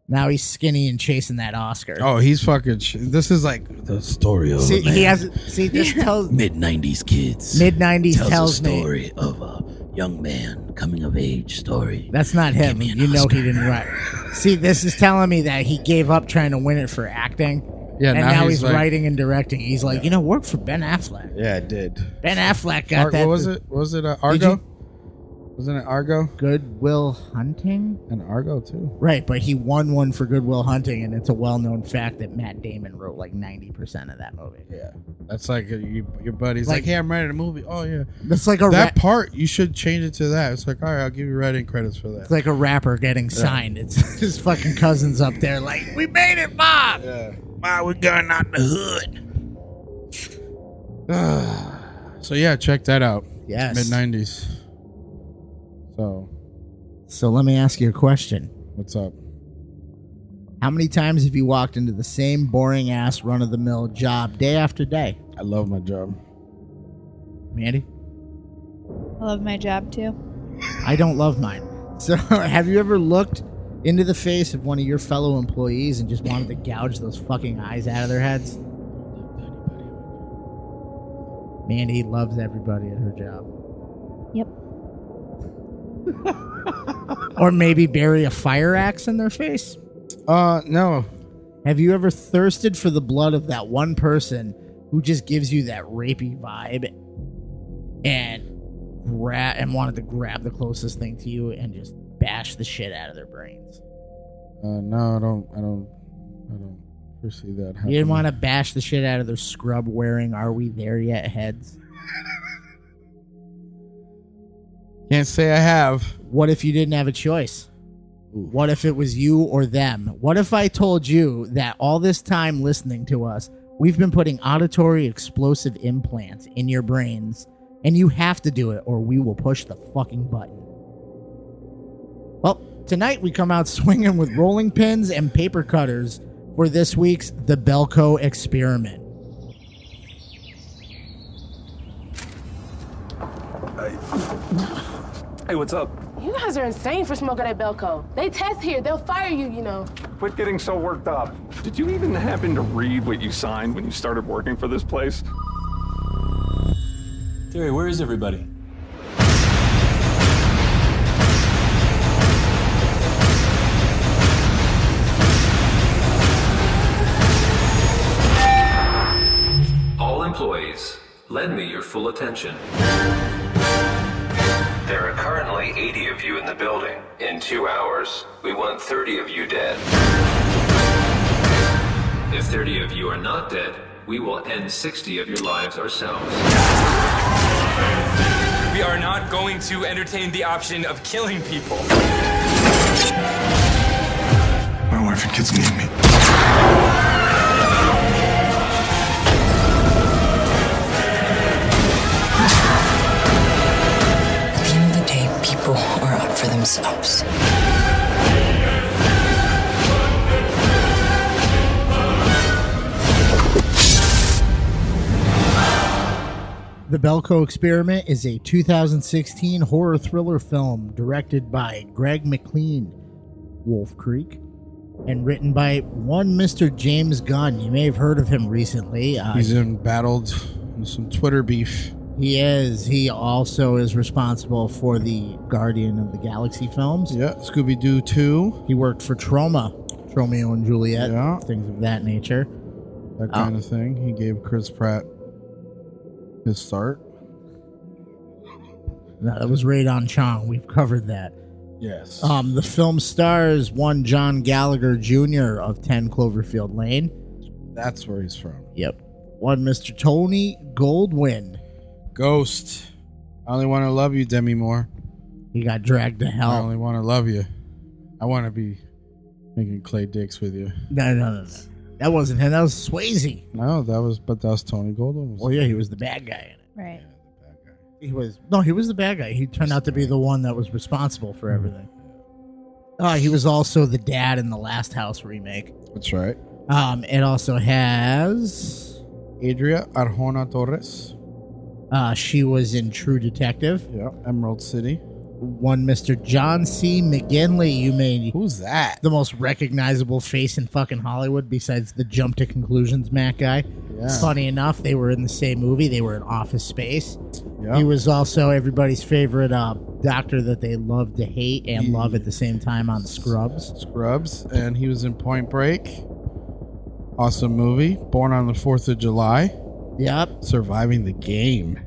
Now he's skinny and chasing that Oscar. Oh, he's fucking. Sh- this is like the story of see, he has see this tells Mid 90s kids. mid nineties tells, tells a me story of a young man coming of age story. that's not him. me an You know Oscar. he didn't write. See, this is telling me that he gave up trying to win it for acting Yeah, and now now, he's he's, like- writing and directing. He's like, you know, work for Ben Affleck. Yeah, it did. Ben Affleck got Ar- that. what was it? What was it uh, Did you- Argo? Wasn't it Argo? Goodwill Hunting. And Argo too. Right, but he won one for Goodwill Hunting, and it's a well-known fact that Matt Damon wrote like ninety percent of that movie. Yeah, that's like uh, you, your buddy's like, Like- "Hey, I'm writing a movie." Oh yeah, That's like a that ra- part you should change it to that. It's like, all right, I'll give you writing credits for that. it's like a rapper getting signed. It's his fucking cousins up there, like, we made it, Bob. Yeah. Bob, we're going out the hood. So yeah, check that out. Yes. Mid '90s. So So let me ask you a question. what's up? How many times have you walked into the same boring ass run of the mill job day after day? I love my job. Mandy? I love my job too. I don't love mine. So have you ever looked into the face of one of your fellow employees and just wanted to gouge those fucking eyes out of their heads? Mandy loves everybody at her job. Yep. Or maybe bury a fire axe in their face? Uh, no, Have you ever thirsted for the blood of that one person who just gives you that rapey vibe and gra- and wanted to grab the closest thing to you and just bash the shit out of their brains? uh, no, I don't, I don't, I don't foresee that. Happening. You didn't want to bash the shit out of their scrub wearing "Are we there yet?" heads. Can't say I have. What if you didn't have a choice? What if it was you or them? What if I told you that all this time listening to us, we've been putting auditory explosive implants in your brains and you have to do it or we will push the fucking button? Well, tonight we come out swinging with rolling pins and paper cutters for this week's The Belco Experiment. Hey, what's up? You guys are insane for smoking at Belco. They test here. They'll fire you, you know. Quit getting so worked up. Did you even happen to read what you signed when you started working for this place? Terry, where is everybody? All employees, lend me your full attention. There are currently 80 of you in the building. In two hours, we want 30 of you dead. If 30 of you are not dead, we will end 60 of your lives ourselves. We are not going to entertain the option of killing people. My wife and kids need me. At the end of the day, people are out for themselves. The Belco Experiment is a 2016 horror thriller film directed by Greg McLean, Wolf Creek, and written by one Mr. James Gunn. You may have heard of him recently. Uh, He's in battled with some Twitter beef. he is. He also is responsible for the Guardian of the Galaxy films. Yeah, Scooby Doo 2. He worked for Troma, Romeo and Juliet, Yeah. things of that nature. that Ah. kind of thing. He gave Chris Pratt his start. No, that was Radon Chong. We've covered that. Yes. Um, the film stars one John Gallagher Jr. of 10 Cloverfield Lane. That's where he's from. Yep. One Mr. Tony Goldwyn. Ghost. I only want to love you, Demi Moore. He got dragged to I hell. only want to love you. I want to be making clay dicks with you. No, no, no, no. That wasn't him. That was Swayze. No, that was, but that was Tony Goldwyn. Well, Oh, yeah, he was the bad guy in it. Right. He was no, he was the bad guy. He turned out to be the one that was responsible for everything. Uh, he was also the dad in the Last House remake. That's right. Um, it also has Adria Arjona Torres. uh, she was in True Detective. Yeah, Emerald City. One Mr. John C. McGinley. You may Who's that? the most recognizable face in fucking Hollywood besides the jump to conclusions Mac guy. Yeah. Funny enough, they were in the same movie. They were in Office Space. Yeah. He was also everybody's favorite uh, doctor that they love to hate and love at the same time on Scrubs. Scrubs, and he was in Point Break. Awesome movie. Born on the 4th of July. Yep. Surviving the game.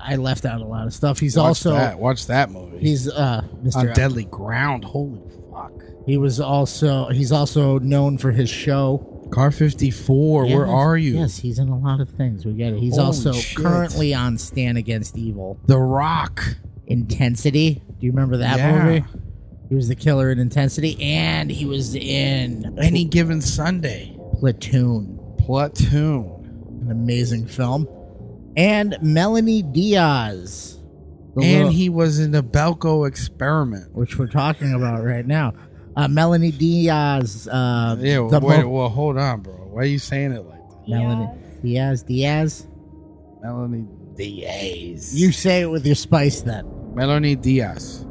I left out a lot of stuff. He's Watch also that. Watch that movie. He's uh, Mr. On Deadly Ground. Holy fuck. He was also he's also known for his show Car 54. Yeah, where that's- are you? Yes, he's in a lot of things. We get it. He's Holy also shit. currently on Stand Against Evil. The Rock. Intensity. Do you remember that Yeah. movie? He was the killer in Intensity, and he was in Any given Sunday. Platoon. Platoon. An amazing film. And Melanie Diaz. The and little- he was in the Belko experiment. which we're talking about right now. Uh, Melanie Diaz. Uh, Yeah, the wait, mo- well, hold on, bro. Why are you saying it like that? Melanie Diaz. Diaz. Melanie Diaz. You say it with your spice then. Melanie Diaz.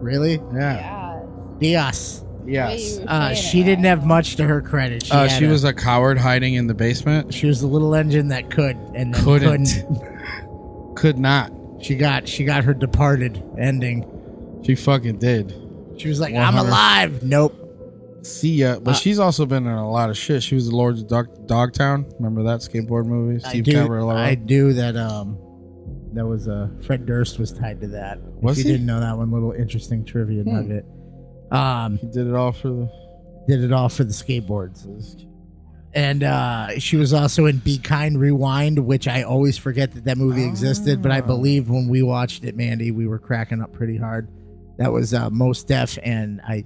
Really? Yeah. Diaz. Yes. Uh, she didn't have much to her credit. She, Uh, had she a- was a coward hiding in the basement. she was the little engine that could and then couldn't. Couldn't. Could not. She got she got her departed ending. She fucking did. She was like, "I'm alive." Nope. See ya. But Uh, she's also been in a lot of shit. She was the Lord of Dog- Dogtown. Remember that skateboard movie? I do, Caballero. I do that. Um, that was uh, Fred Durst was tied to that. Was if he? you didn't know that one little interesting trivia Hmm. nugget. Um, He did it all for the. did it all for the skateboards. And uh, she was also in Be Kind Rewind, which I always forget that that movie existed, but I Ah. believe when we watched it, Mandy, we were cracking up pretty hard. That was uh, Most Def and I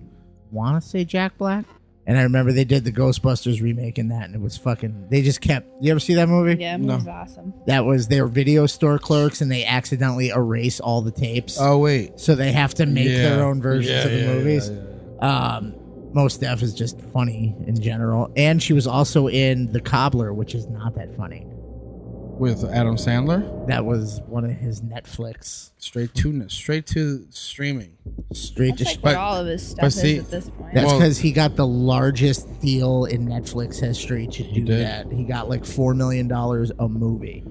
want to say Jack Black. And I remember they did the Ghostbusters remake in that, and it was fucking. They just kept. You ever see that movie? Yeah, it No. was awesome. That was their video store clerks, and they accidentally erase all the tapes. Oh wait. So they have to make their Yeah. own versions Yeah, of the yeah, movies. yeah, Um, most Def is just funny in general, and she was also in The Cobbler, which is not that funny. With Adam Sandler. That was one of his Netflix Straight to straight to streaming. That's straight to. like But- what all of his stuff but is see- at this point. That's Well- because he got the largest deal in Netflix history to do did. that. He got like four million dollars a movie.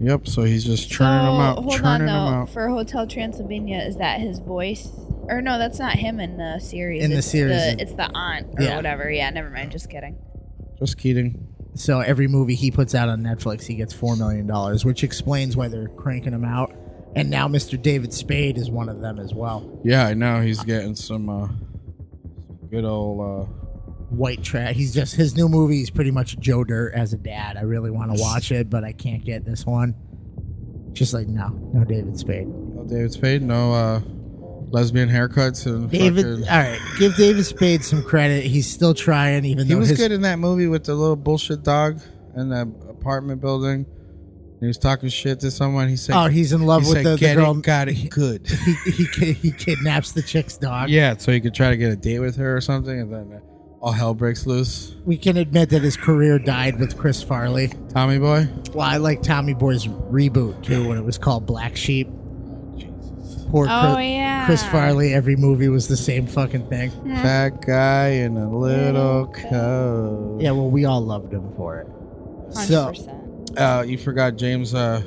Yep. So he's just churning them So, out, Oh, Hold on churning though. them out. For Hotel Transylvania, is that his voice? Or no, that's not him in the series. In the It's series, it- it's the aunt or Yeah. whatever. Yeah, never mind. Just kidding. Just kidding. So every movie he puts out on Netflix, he gets four million dollars, which explains why they're cranking him out. And now Mr. David Spade is one of them as well. Yeah, I know. He's getting some uh, good old. Uh, White trash. He's just his new movie is pretty much Joe Dirt as a dad. I really want to watch it, but I can't get this one. Just like no, no David Spade. no David Spade. No uh, lesbian haircuts and David, uh, fucking- all right, give David Spade some credit. He's still trying, even He though was his, good in that movie with the little bullshit dog in the apartment building. He was talking shit to someone. He said, Oh, he's in love he with said, the- the "Get girl- It, got it good. He, he ki- he kidnaps the chick's dog. yeah, so he could try to get a date with her or something, and then all hell breaks loose. We can admit that his career died with Chris Farley. Tommy boy. Well, I like Tommy Boy's reboot too, when it was called Black Sheep. Poor Oh, Chris, yeah. Chris Farley. Every movie was the same fucking thing. Fat guy in a little coat. Yeah, well, we all loved him for it. So, 100%. Uh, you forgot James uh,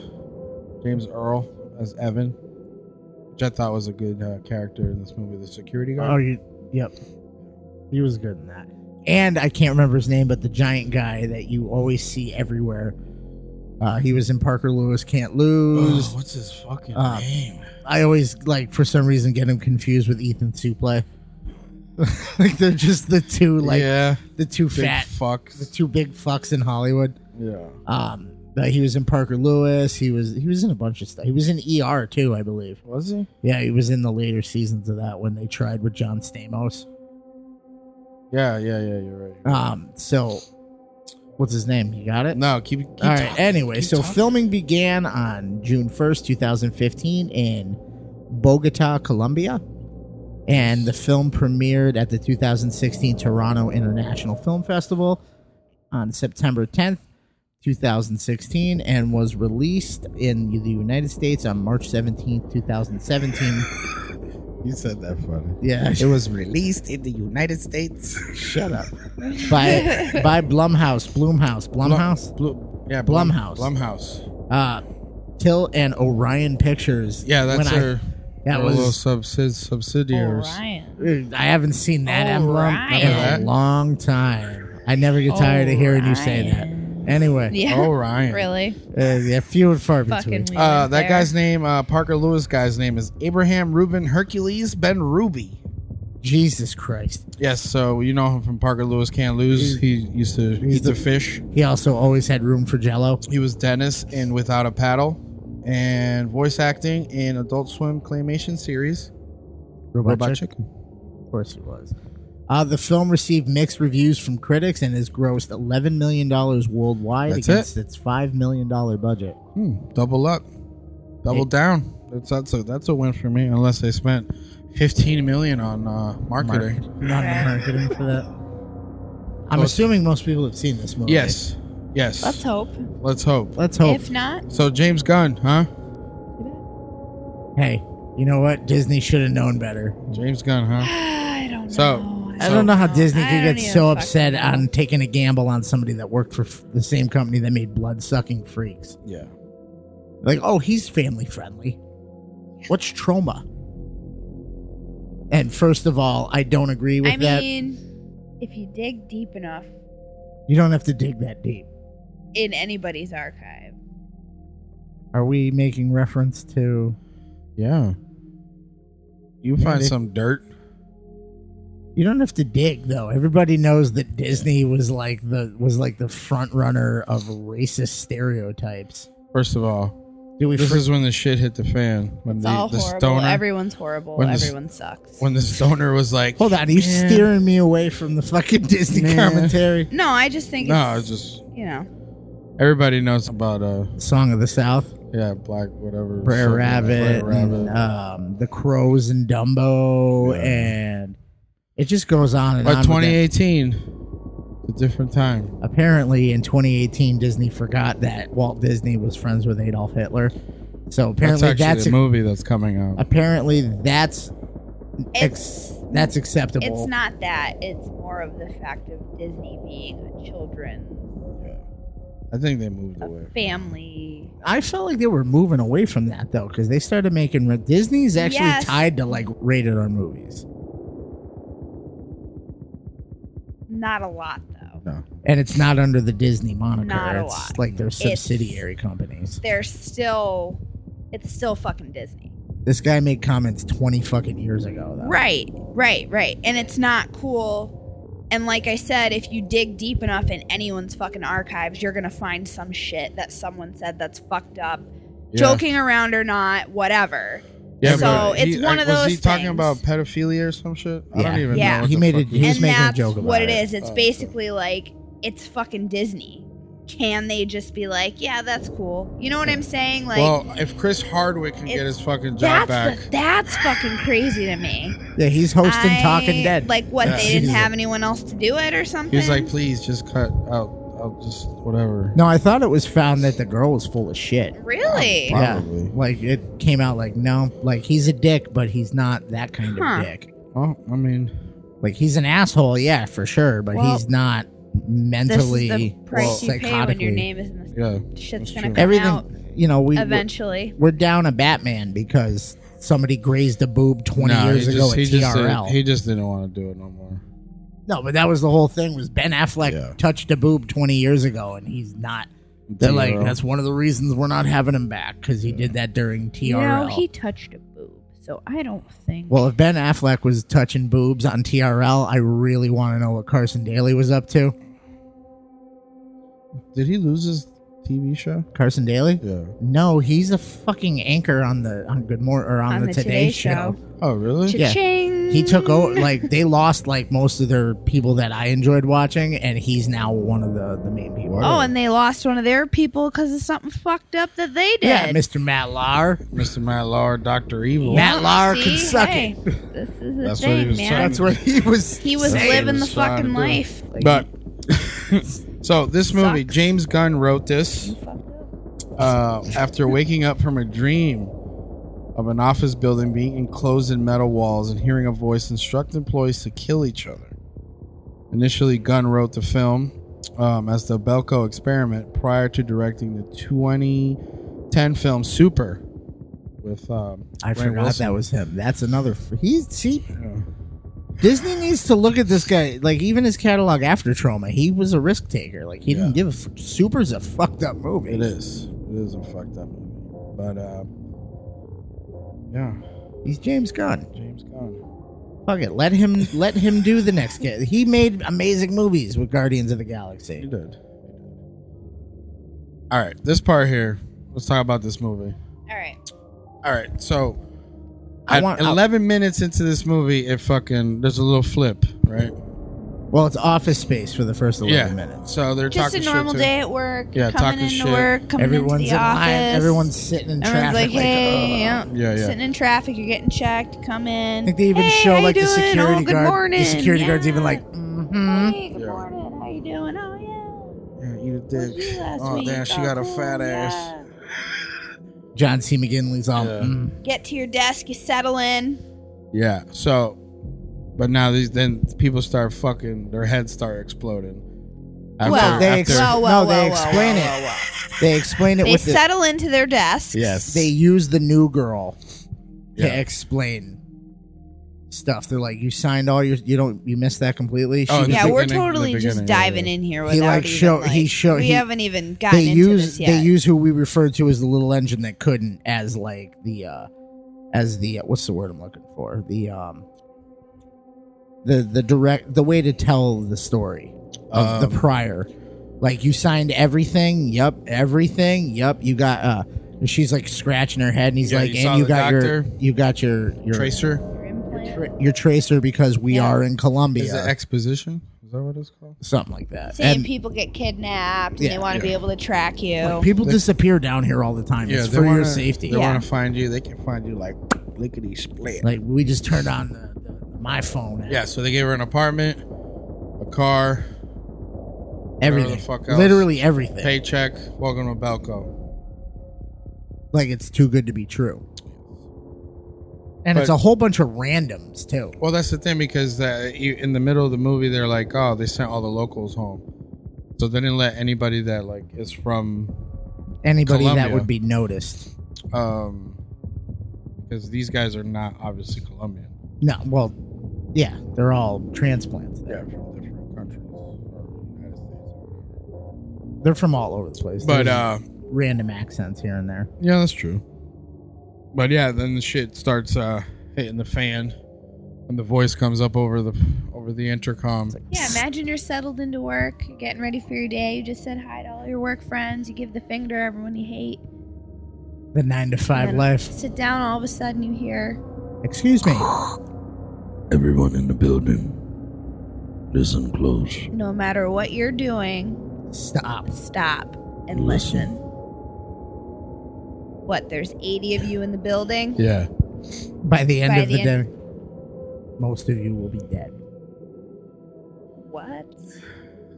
James Earl as Evan, which I thought was a good uh, character in this movie, the security oh, guard. you, yep, he was good in that. And I can't remember his name, but the giant guy that you always see everywhere. Uh, he was in Parker Lewis Can't Lose. what's his fucking Uh, Oh, name? I always like for some reason get him confused with Ethan Suplee. like they're just the two like yeah, the two big fat the fucks. two big fucks in Hollywood. Yeah. Um but he was in Parker Lewis, he was he was in a bunch of stuff. He was in ER too, I believe. Was he? Yeah, he was in the later seasons of that when they tried with John Stamos. Yeah, yeah, yeah. You're right. Um so what's his name? You got it? No, keep. keep All right. talking, Anyway, keep so talking. filming began on June 1st, 2015 in Bogota, Colombia. And the film premiered at the 2016 Toronto International Film Festival on September 10th, 2016, and was released in the United States on March 17th, 2017. You said that funny. yeah, It was released in the United States. Shut up. by by Blumhouse, Blumhouse, Blumhouse. Blum, yeah, Blumhouse. Blumhouse. uh, Till and Orion Pictures. Yeah, that's When I- her. that her was uh, little subsid, subsidiaries. Orion. I haven't seen that emblem in Orion. a long time. I never get tired of hearing you say that. Anyway, Yeah. Really? Uh, yeah, few and far Fucking between. weird Uh, that there. guy's name, uh, Parker Lewis guy's name is Abraham Reuben Hercules Ben Ruby. Jesus Christ. Yes, so you know him from Parker Lewis Can't Lose. He used to eat the, fish. He also always had room for Jello. He was Dennis in Without a Paddle and voice acting in Adult Swim claymation series. Robot Chicken. Of course he was. Uh, the film received mixed reviews from critics and has grossed $11 million worldwide That's against its $5 million budget. Hmm, double up, double Hey. down. That's that's a that's a win for me. Unless they spent fifteen million on uh, marketing. Not in marketing for that. I'm Well, it's- assuming most people have seen this movie. Yes, yes. Let's hope. Let's hope. Let's hope. If not, So James Gunn, huh? Hey, you know what? Disney should have known better. James Gunn, huh? I don't know. So I don't know how Disney I could don't get even so fucking upset know. on taking a gamble on somebody that worked for f- the same company that made blood sucking freaks. Yeah. Like, oh, he's family friendly. What's trauma? And first of all, I don't agree with I that. mean, if you dig deep enough you don't have to dig that deep. in anybody's archive, Are we making reference to? Yeah. You Yeah, find they- some dirt. You don't have to dig though. Everybody knows that Disney was like the was like the front runner of racist stereotypes. First of all, Do we this fr- is when the shit hit the fan. When it's the, all the horrible. stoner. Everyone's horrible. when the s- Everyone sucks. When the stoner was like, Hold on, are you "Man, steering me away from the fucking Disney Man. commentary? No, I just think No, it's, it's just you know. everybody knows about uh, Song of the South, yeah, black whatever. Brer shit, Rabbit, Brer Rabbit. and, um, the Crows and Dumbo, and it just goes on and on. but with that. 2018, it's a different time. Apparently, in 2018, Disney forgot that Walt Disney was friends with Adolf Hitler. So apparently, that's actually that's, a movie that's coming out. apparently that's It's- ex- that's acceptable. It's not that. It's more of the fact of Disney being a children's I think they moved away. family. I felt like they were moving away from that though, because they started making ra- Disney's actually Yes. tied to like rated R movies, Not a lot, though. and it's not under the Disney moniker. Not a it's lot. like their It's- subsidiary companies. They're still. It's still fucking Disney. This guy made comments twenty fucking years ago. Though. Right, right, right. And it's not cool. And like I said, if you dig deep enough in anyone's fucking archives, you're going to find some shit that someone said that's fucked up. Yeah. Joking around or not, whatever. so but it's he- one I- of those Was he talking things. about pedophilia or some shit? I Yeah. don't even Yeah. know. what He the made fuck it- he was and making a that's joke about what it. it is. It's Oh, basically like it's fucking Disney. Can they just be like, yeah, that's cool? You know what I'm saying? Like well, if Chris Hardwick can get It's- his fucking job that's back, the, that's fucking crazy to me. Yeah, he's hosting I- Talking Dead. Like what? Yeah. They didn't Jesus. have anyone else to do it or something. he's like, please just cut out. I'll just whatever. no, I thought it was found that the girl was full of shit. really? Yeah, like it came out like no, like he's a dick, but he's not that kind Huh. of dick. Well, I mean, Like he's an asshole, yeah, for sure, but Well, he's not mentally this is the price you pay when your psychotically- name is in the yeah. shit's that's gonna come true. everything out you know we eventually. we're down a batman because somebody grazed a boob 20 No, years he ago just- at he just didn't- trl he just didn't want to do it no more. no but that was the whole thing was ben affleck Yeah. touched a boob 20 years ago and he's not they're like TRL. that's one of the reasons we're not having him back because he did that during trl No, he touched a boob, so I don't think. well if ben affleck was touching boobs on trl i really want to know what carson daly was up to Did he lose his TV show? carson daly Yeah. no he's a fucking anchor on the on good morning or on, the, today, show. Oh, really? Yeah. Cha-ching. He took over, like, they lost, like, most of their people that I enjoyed watching, and he's now one of the, the main people. Oh, and they lost one of their people because of something fucked up that they did. yeah, Mr. Matt Lauer. Mr. Matt Lauer, Doctor Evil. Matt Lauer can See? suck Hey, it. This is the That's what thing, he was man. trying That's what he was. He was That's what living he the was trying fucking to do. life. Like, But so this movie, Sucks. James Gunn wrote this uh, after waking up from a dream of an office building being enclosed in metal walls and hearing a voice instruct employees to kill each other. Initially, Gunn wrote the film um, as the Belko experiment prior to directing the 2010 film Super with um, I Rainn forgot Wilson. that was him. That's another. He see, Disney needs to look at this guy. Like even his catalog after Trauma, he was a risk taker. Like he didn't give a f- Super's a fucked up movie. It is. It is a fucked up movie. But uh, yeah, he's James Gunn. James Gunn. Fuck it, let him let him do the next. Ga- he made amazing movies with Guardians of the Galaxy. He did. All right, this part here. Let's talk about this movie. All right. All right, so I at want- I- 11 minutes into this movie, it fucking there's a little flip, right? Well, it's Office Space for the first eleven minutes. So they're Just a talking normal shit to- day at work. Yeah, coming talking into shit. work, coming Everyone's into in the office. line, everyone's sitting in Everyone's traffic, like, like, hey, ugh. Yeah, yeah. sitting in traffic. You're getting checked. Come in. I think they even hey, show how like you the doing? security oh, good guard. Morning. The security yeah. guard's even like, "Mm-hmm." Hey, good morning. How you doing? Oh yeah. Yeah, you dick. you last Oh week? damn, she got a fat ass. John C. McGinley's all. "Mm." Get to your desk. You settle in. Yeah. So, but now these then people start fucking their heads start exploding. Well, they ex- Whoa, whoa, no, they whoa, whoa, explain whoa, it. They explain it They with the- settle into their desks. They use the new girl Yeah. to explain stuff. They're like, you signed all your, you don't, you missed that completely. Oh, in the yeah, we're beginning- in the totally just beginning, yeah, diving in here without He like even, show like- he show we he- haven't even gotten they into use this yet. they use who we refer to as the little engine that couldn't as like the uh as the uh, what's the word I'm looking for the um the the direct the way to tell the story of Um, the prior like you signed everything yep everything yep you got uh and she's like scratching her head and he's Yeah, like you saw and you the got doctor? your you got your your Tracer. tra- your tracer because we are in Colombia Is it exposition? Is that what it's called? something like that Saying And- people get kidnapped Yeah, and they want yeah. to be able to track you. Like, people They- disappear down here all the time. Yeah, it's they for wanna- your safety. They want to find you. They can find you like lickety split. Like we just turned on the, the, my phone. app. yeah. So they gave her an apartment, a car, whatever Everything. the fuck else. Literally everything. Paycheck. Welcome to Belco. Like it's too good to be true. And it's But- a whole bunch of randoms too. Well, that's the thing because uh, you, in the middle of the movie, they're like, "Oh, they sent all the locals home," so they didn't let anybody that like is from Anybody that Colombia. would be noticed. um because these guys are not obviously Colombian. No, well, yeah, they're all transplants. Yeah, from different countries or United States. They're from all over the place. But, There's uh, random accents here and there. Yeah, that's true. But yeah, then the shit starts uh hitting the fan, and the voice comes up over the over the intercom. Yeah, imagine you're settled into work, you're getting ready for your day. You just said hi to all your work friends. You give the finger to everyone you hate. The nine to five and life. Sit down. All of a sudden, you hear. Excuse me. Everyone in the building, listen close. No matter what you're doing, stop. Stop and listen. What? There's 80 of you in the building. Yeah. By the end By of the the, end- day, most of you will be dead. What?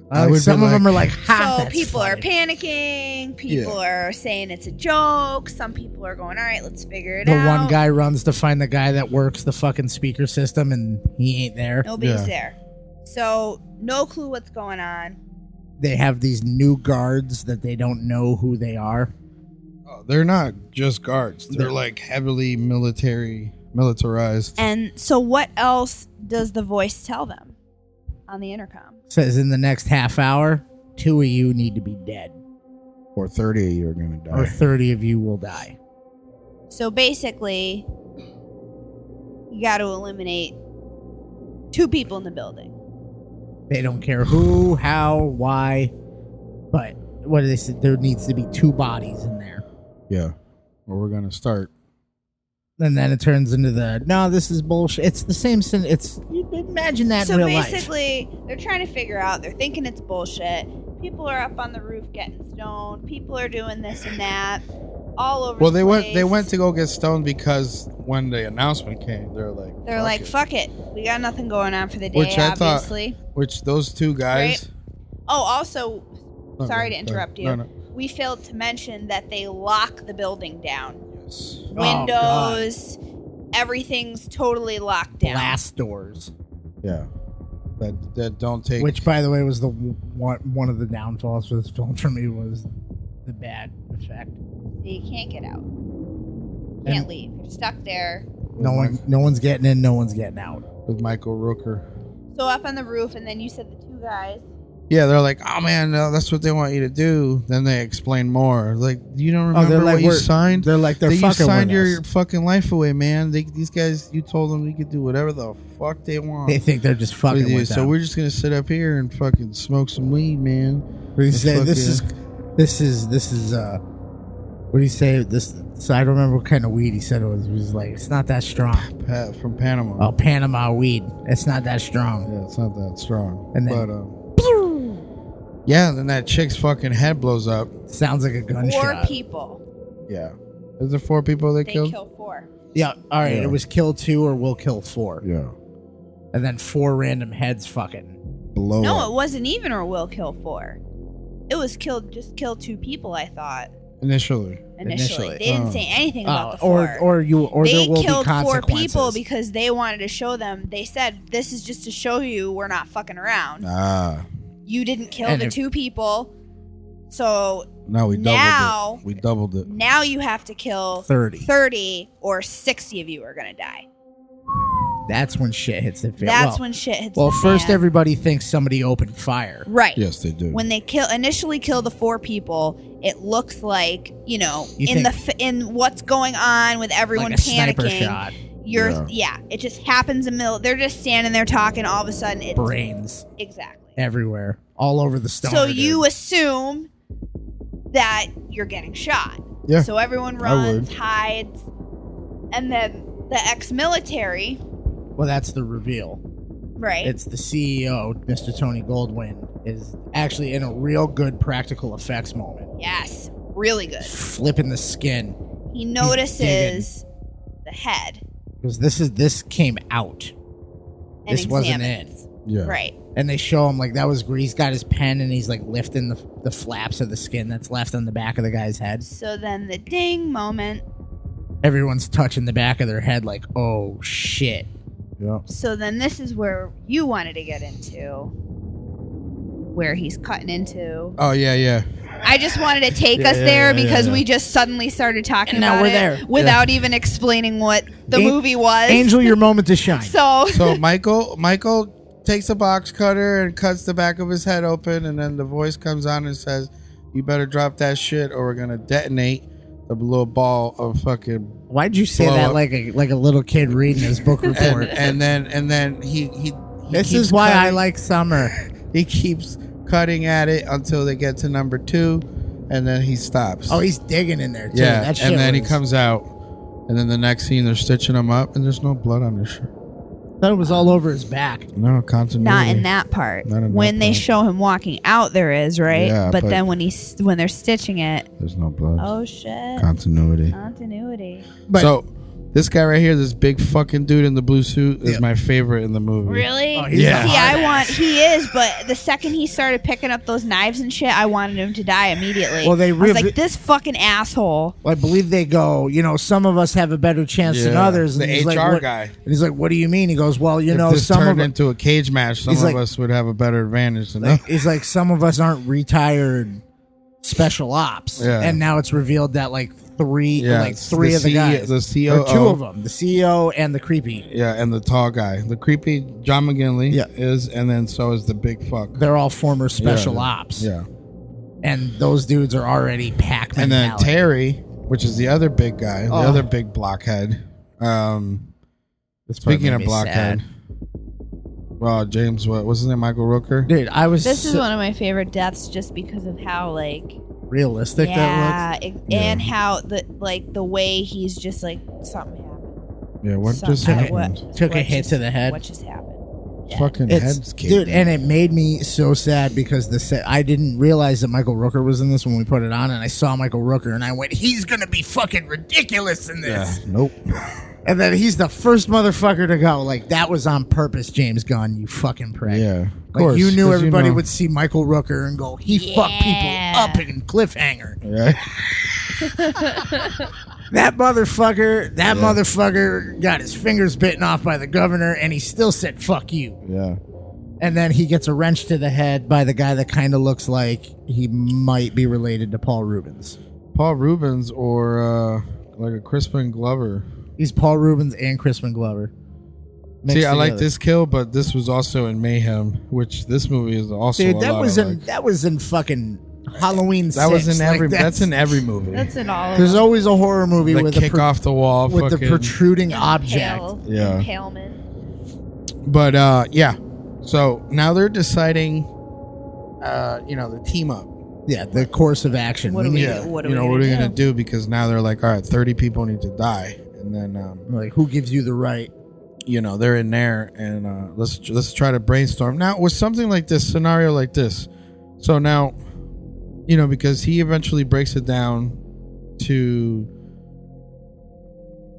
I Like, would be some of like- them are like, ha, so that's people funny." are panicking. People are saying it's a joke. Some people are going, "All right, let's figure it the out." one guy runs to find the guy that works the fucking speaker system and he ain't there. Nobody's there. So no clue what's going on. They have these new guards that they don't know who they are. Oh, they're not just guards. They're like heavily military militarized. And so, what else does the voice tell them on the intercom? Says in the next half hour, two of you need to be dead, Or thirty of you are gonna die. or 30 of you will die. So basically, you got to eliminate two people in the building. They don't care who, how, why, but what do they say? There needs to be two bodies in there. yeah. Well, we're gonna start. And then it turns into the no, this is bullshit. It's the same. Sin- it's imagine that so in real life. basically, they're trying to figure out. They're thinking it's bullshit. People are up on the roof getting stoned. People are doing this and that, all over. Well, the they went place. they went to go get stoned because when the announcement came, they're like, They're like, "Fuck it, we got nothing going on for the day." which I obviously. thought, which those two guys. Right? Oh, also, sorry No, go to ahead, go ahead. interrupt you. No, no. We failed to mention that they lock the building down. Yes. Oh, God. Windows, everything's totally locked down. Blast doors. Yeah. That that don't take Which, by the way, was the w- one one of the downfalls for this film for me was the bad effect. So you can't get out. Can't leave. You're stuck there. No one, no one's getting in. No one's getting out. With Michael Rooker. So up on the roof, and then you said the two guys. Yeah, they're like, oh man, no, that's what they want you to do. Then they explain more. Like, you don't Oh, remember they're like what you we're- signed? they're like, they're That you fucking signed with your, us. your fucking life away, man. They, these guys, you told them you could do whatever the fuck they want. They think they're just fucking you. with So them. we're just gonna sit up here and fucking smoke some weed, man. What do you And say? This is, fucking- this is, this is. uh What do you say? This. So I don't remember what kind of weed he said it was. He was like, it's not that strong. Pa- from Panama. Oh, Panama weed. It's not that strong. Yeah, it's not that strong. And then, but um, yeah, then that chick's fucking head blows up. Sounds like a Four people. Yeah, is there four people they, They killed? kill four. yeah. All right. Yeah. It was kill two or we'll kill four. Yeah. And then four random heads fucking blow. no, it wasn't even or will kill four. It was killed. Just kill two people. I thought Initially. initially. They didn't Oh. say anything about the Oh, four. Or or you or they there will killed be four consequences. people because they wanted to show them. They said, "This is just to show you we're not fucking around. Ah, You didn't kill And the if- two people, so now we doubled Now- it. We doubled it. now you have to kill 30. 30 or sixty of you are gonna die." That's when shit hits the fan. That's Well- when shit hits. Well, the first fan. everybody thinks somebody opened fire. Right. Yes, they do. when they kill initially kill the four people, it looks like you know You in the think- the in what's going on with everyone Like a sniper panicking. shot. You're Yeah. yeah. it just happens in the middle. They're just standing there talking. All of a sudden, it's Brains exactly. everywhere, all over the stone. so you assume that you're getting shot. Yeah, So everyone I runs, would. hides, and then the ex-military, well, that's the reveal. right? It's the CEO, Mr. Tony Goldwyn, is actually in a real good practical effects moment, yes, really good. flipping the skin He notices the head. because this is this came out. And this wasn't in. examines. Right. And they show him like that was gre- he's got his pen and he's like lifting the the flaps of the skin that's left on the back of the guy's head. So then the ding moment. Everyone's touching the back of their head like, oh shit. Yeah. So then this is where you wanted to get into. Where he's cutting into. Oh yeah, yeah. I just wanted to take Yeah, us yeah, there yeah, because yeah. we just suddenly started talking And now about we're it there. without even explaining what the An- movie was. Angel, your moment to shine. So so Michael Michael takes a box cutter and cuts the back of his head open, and then the voice comes on and says, "You better drop that shit, or we're gonna detonate the little ball of fucking." Why'd you say blow that up." like a like a little kid reading his book and, report? and then and then he he. he this keeps is why I cutting- like summer. He keeps cutting at it until they get to number two, and then he stops. Oh, he's digging in there too. yeah, that shit and then he was- comes out, and then the next scene they're stitching him up, and there's no blood on his shirt. That was all over his back. No continuity. not in that part. Not in that when they part. show him walking out, there is right. Yeah, but, but- then when he's when they're stitching it, There's no blood. oh Uh, shit, Continuity. continuity. so this guy right here, this big fucking dude in the blue suit, is my favorite in the movie. Oh, Really? he's Yeah. a See, hard I want he is, but the second he started picking up those knives and shit, I wanted him to die immediately. Well, they I was rev- like this fucking asshole. I believe they go, you know, some of us have a better chance than Yeah. others. The he's like, HR what- guy. And he's like, what do you mean? He goes, well, you if know, this some turned of into a cage match, some He's of like- us would have a better advantage than like, them. he's like, some of us aren't retired special ops. Yeah. And now it's revealed that like three, Yeah, like it's three the of the C- guys, the or two COO. of them, E the CEO and the creepy. Yeah, and the tall guy, the creepy John McGinley, is, and then so is the big fuck. They're all former special Yeah. ops. Yeah, And those dudes are already packed. and then Terry, which is the other big guy, the Oh. other big blockhead. Um, part speaking made of me blockhead, sad. well, James, what was his name? Michael Rooker. dude, I was This is so one of my favorite deaths, just because of how like realistic that looks. yeah, it- and how the like the way he's just like something happened. Yeah, what Something- just I- happened? what- Took a what hit just- to the head. What just happened? Fucking It's- heads, caved dude, in. and it made me so sad because the set, I didn't realize that Michael Rooker was in this when we put it on, and I saw Michael Rooker, and I went, "He's gonna be fucking ridiculous in yeah, this." nope. And then he's the first motherfucker to go. Like that was on purpose, James Gunn. You fucking prick. Yeah, of Like course, you 'cause knew everybody know- would see Michael Rooker and go, "He fucked people up in cliffhanger." Yeah. That motherfucker. That Yeah. motherfucker got his fingers bitten off by the governor, and he still said, "Fuck you." Yeah. And then he gets a wrench to the head by the guy that kind of looks like he might be related to Paul Rubens. Paul Rubens or uh, like a Crispin Glover. He's Paul Rubens and Crispin Glover. See, Mixed I like together. this kill, but this was also in Mayhem, which this movie is also. Dude, a that lot was of, in like- that was in fucking Halloween. That was 6, in like, every- that's in every movie. That's in all of There's them. always a horror movie The with a kick off the wall, with the fucking- protruding object. Pale. Yeah. Impalement. But uh, yeah, so now they're deciding, uh, you know, the team up. Yeah, the course of action. What do we yeah, do? What are you we know, gonna what are we gonna do? do? Because now they're like, all right, thirty people need to die, and then um, like, who gives you the right? You know, they're in there, and uh, let's let's try to brainstorm. Now, with something like this scenario, like this, so now, you know, because he eventually breaks it down to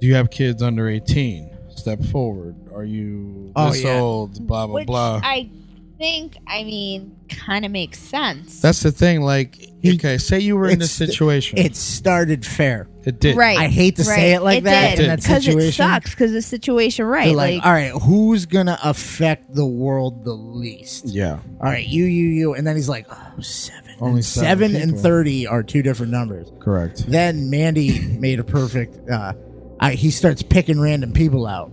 do you have kids under 18 step forward are you Oh, this yeah. old blah blah Which blah I think, I mean, kind of makes sense. that's the thing like okay say you were in this It's- situation It started fair. it did Right. I hate to say it like that did, in that 'cause it situation. sucks because the situation, right? They're like, all right, who's gonna affect the world the least? yeah All right, you, you, you, and then he's like, oh, seven. Only And seven, seven and people. thirty are two different numbers. correct Then Mandy made a perfect. Uh, I, he starts picking random people out,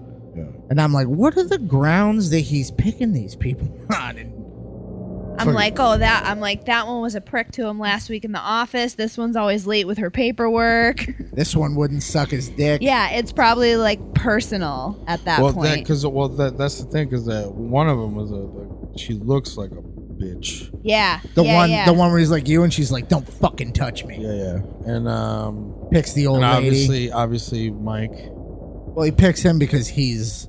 and I'm like, what are the grounds that he's picking these people on? And I'm like, oh, that. I'm like, that one was a prick to him last week in the office. This one's always late with her paperwork. this one wouldn't suck his dick. yeah, it's probably like personal at that well that point. because well that that's the thing because that one of them was a like, she looks like a bitch yeah, The yeah, one, yeah. the one where he's like you, and she's like, "Don't fucking touch me." Yeah, yeah. and um Picks the old and lady. obviously obviously mike Well, he picks him because he's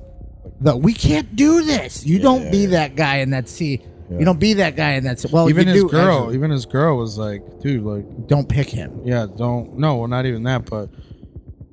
the we can't do this. You don't be that guy in that sea. Yeah. You don't be that guy in that. Sea. Well, even Oh, you his do, girl actually. even his girl was like dude like don't pick him yeah don't no well not even that but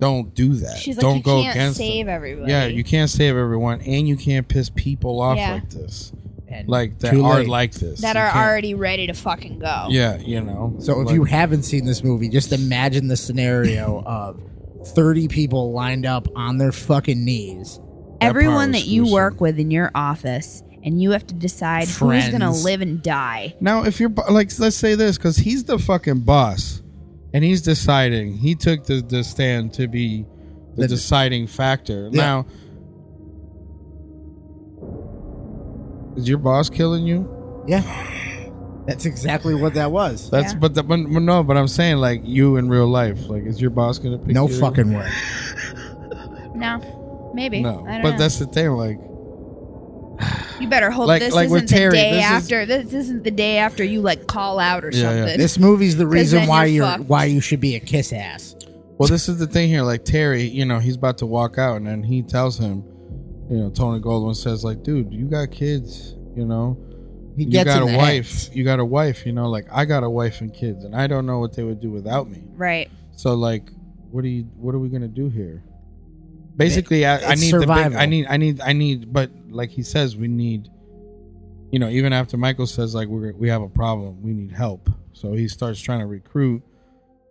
don't do that She's like, don't "You go can't against save them." everybody. yeah you can't save everyone and you can't piss people off Yeah. like this And like that too are late. like this that You are can't- already ready to fucking go. yeah you know So if like- you haven't seen this movie, just imagine the scenario of thirty people lined up on their fucking knees. Everyone that you work with in your office, and you have to decide who's gonna Friends. live and die. Now, if you're bo- like, let's say this, because he's the fucking boss, and he's deciding. He took the, the stand to be the, The- deciding factor. Yeah. Now, is your boss killing you? Yeah, that's exactly what that was. That's but, the, but but no, but I'm saying like you in real life, like is your boss gonna pick no you? fucking way. No, maybe. No, I don't but know. that's the thing. Like, You better hope Like- this like with isn't the Terry, day this is- after. this isn't the day after you like call out or something. This movie's the 'Cause reason then why you're you're, fucked. why you should be a kiss ass. well, this is the thing here. Like Terry, you know, he's about to walk out, and then he tells him, you know, Tony Goldwyn says like, dude, you got kids, you know. He you gets got in a the wife. hex. You got a wife. You know, like I got a wife and kids, and I don't know what they would do without me. Right. So, like, what do you? What are we gonna do here? Basically, I, I It's need the big. survival. I need. I need. I need. But like he says, we need. You know, even after Michael says like we we have a problem, we need help. So he starts trying to recruit,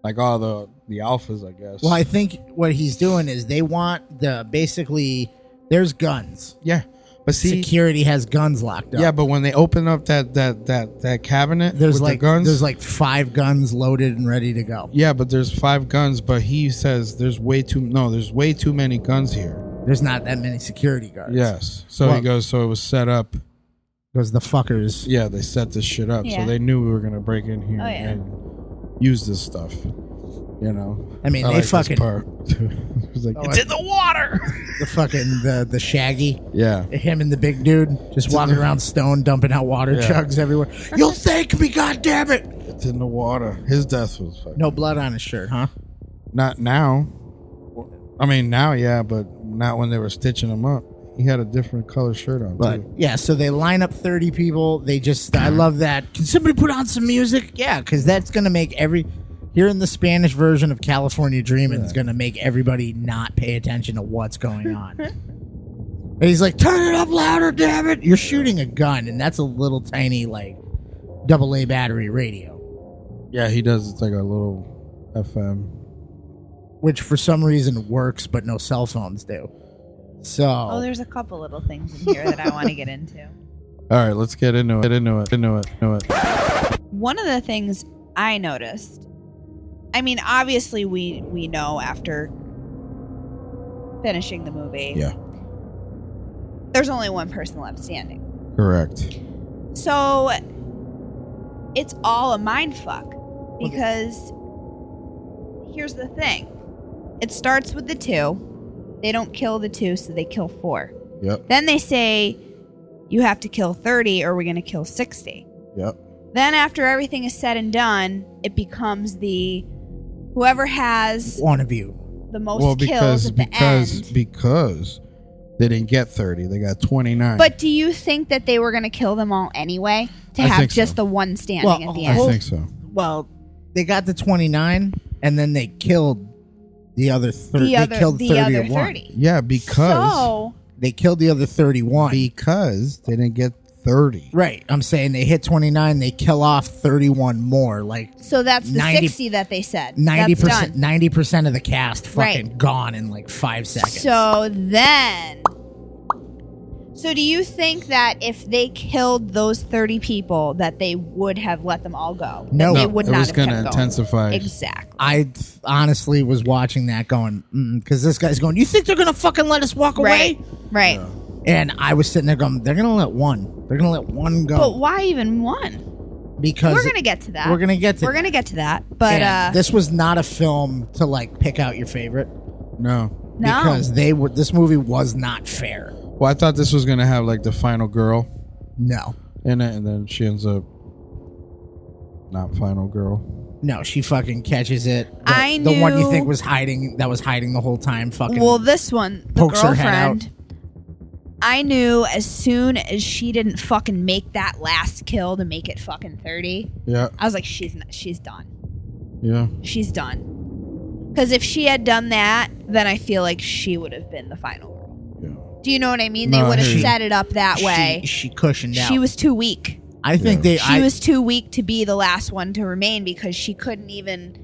like all the the alphas, I guess. Well, I think what he's doing is they want the basically there's guns. Yeah, but see- security has guns locked up. yeah, but when they open up that that that that cabinet, there's with like the guns. there's like five guns loaded and ready to go. Yeah, but there's five guns, but he says there's way too no, there's way too many guns here. There's not that many security guards. Yes. So he Well- goes, so it was set up. Because the fuckers. Yeah, they set this shit up. Yeah. So they knew we were gonna break in here Oh, yeah. and use this stuff. You know. I mean, they this fucking- part. It was like, Oh, I- The fucking the the shaggy. Yeah. Him and the big dude just walking around stone, dumping out water Yeah. jugs everywhere. You'll thank me, goddammit! It's in the water. His death was fucking No blood on his shirt, huh? not now. I mean now, yeah, but not when they were stitching him up. He had a different color shirt on. But too. yeah, so they line up 30 people. They just, I love that. Can somebody put on some music? Yeah, because that's going to make every, here in the Spanish version of California Dreaming, is going to make everybody not pay attention to what's going on. and he's like, turn it up louder, damn it. You're shooting a gun, and that's a little tiny, like, double A battery radio, yeah, he does. It's like a little FM. which for some reason works, but no cell phones do. So, Oh, there's a couple little things in here that I want to get into. All right, let's get into it. Get into it. Into it. Into it. One of the things I noticed, I mean, obviously we we know after finishing the movie. Yeah. There's only one person left standing. Correct. So it's all a mind fuck because here's the thing. It starts with the two. They don't kill the two, so they kill four. Yep. Then they say you have to kill 30 or we're going to kill 60. Yep. Then after everything is said and done, it becomes the whoever has One of you. the most well, kills because at the because end. because they didn't get thirty, they got twenty nine. But do you think that they were going to kill them all anyway to I have think so. just the one standing Well, at the I end? think think so. Well, they got the 29 and then they killed the other 30. The they other- killed the 31. other 30. Yeah, because So They killed the other 31. Because they didn't get 30. Right. I'm saying they hit 29, they kill off 31 more. Like so that's the 90 60 that they said. 90%, That's done. 90% of the cast fucking Right. gone in like five seconds. So then. So do you think that if they killed those 30 people that they would have let them all go? That No. they No, would it not was have gonna kept going? intensify. Exactly. I th- honestly was watching that going, because this guy's going, you think they're going to fucking let us walk Right. away? Right. And I was sitting there going, they're going to let one. They're going to let one go. But why even one? because we're going to get to that. We're gonna get to We're going to get to that. But And uh this was not a film to like pick out your favorite. No. No. Because they were this movie was not fair. Well, I thought this was gonna have like the final girl No. in it, and then she ends up not final girl. No, she fucking catches it. The, I the one you knew- think was hiding that was hiding the whole time fucking well this one the pokes her head out. girlfriend I knew as soon as she didn't fucking make that last kill to make it fucking 30. Yeah. I was like she's not, she's done. Yeah. She's done. Cuz if she had done that, then I feel like she would have been the final girl. Do you know what I mean? No, they I would have hear you. set it up that way. She, she cushioned out. She was too weak. I think they She I, was too weak to be the last one to remain because she couldn't even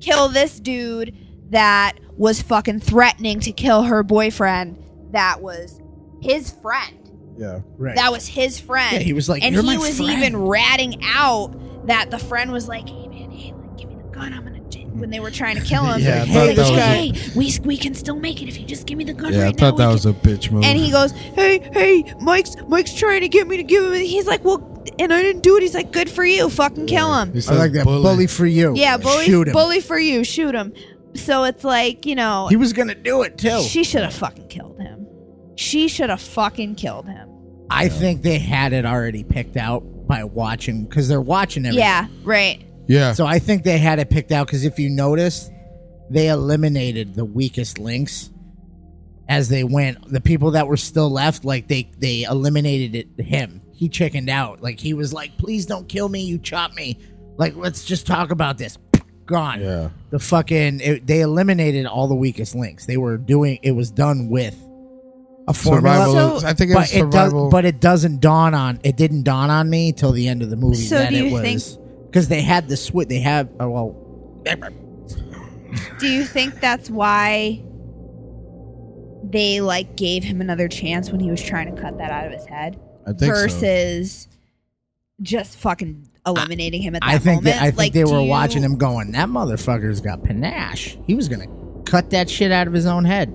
kill this dude that was fucking threatening to kill her boyfriend. That was his friend. Yeah. Right. That was his friend. Yeah, he was like, and "You're he my was friend." even ratting out that the friend was like, "Hey man, hey, like, give me the gun. I'm gonna." j-" When they were trying to kill him, Yeah, I He's thought like, that hey, was a- hey, we we can still make it if you just give me the gun Yeah, I right thought now. that we was a bitch move. and he goes, "Hey, hey, Mike's Mike's trying to get me to give him." He's like, "Well," and I didn't do it. He's like, "Good for you, fucking kill him." I like that bully. for you. Yeah, bully, Shoot him. bully for you, shoot him. So it's like you know, He was gonna do it too. she should have fucking killed him. She should have fucking killed him. I think they had it already picked out by watching because they're watching everything. Yeah, right. Yeah. So I think they had it picked out because if you notice, they eliminated the weakest links as they went. The people that were still left, like they they eliminated it, him. He chickened out. Like he was like, "Please don't kill me. You chop me. Like let's just talk about this." Gone. Yeah. The fucking it, they eliminated all the weakest links. They were doing it was done with a formula. Survival- So- I think it was but survival- does, but it doesn't dawn on it didn't dawn on me till the end of the movie So that do it you was think- because they had the switch. They have oh, well, Do you think that's why they like gave him another chance when he was trying to cut that out of his head? I think so. versus just fucking eliminating him at that I think moment. that, I think like, they do were you- watching him going. That motherfucker's got panache. He was gonna cut that shit out of his own head,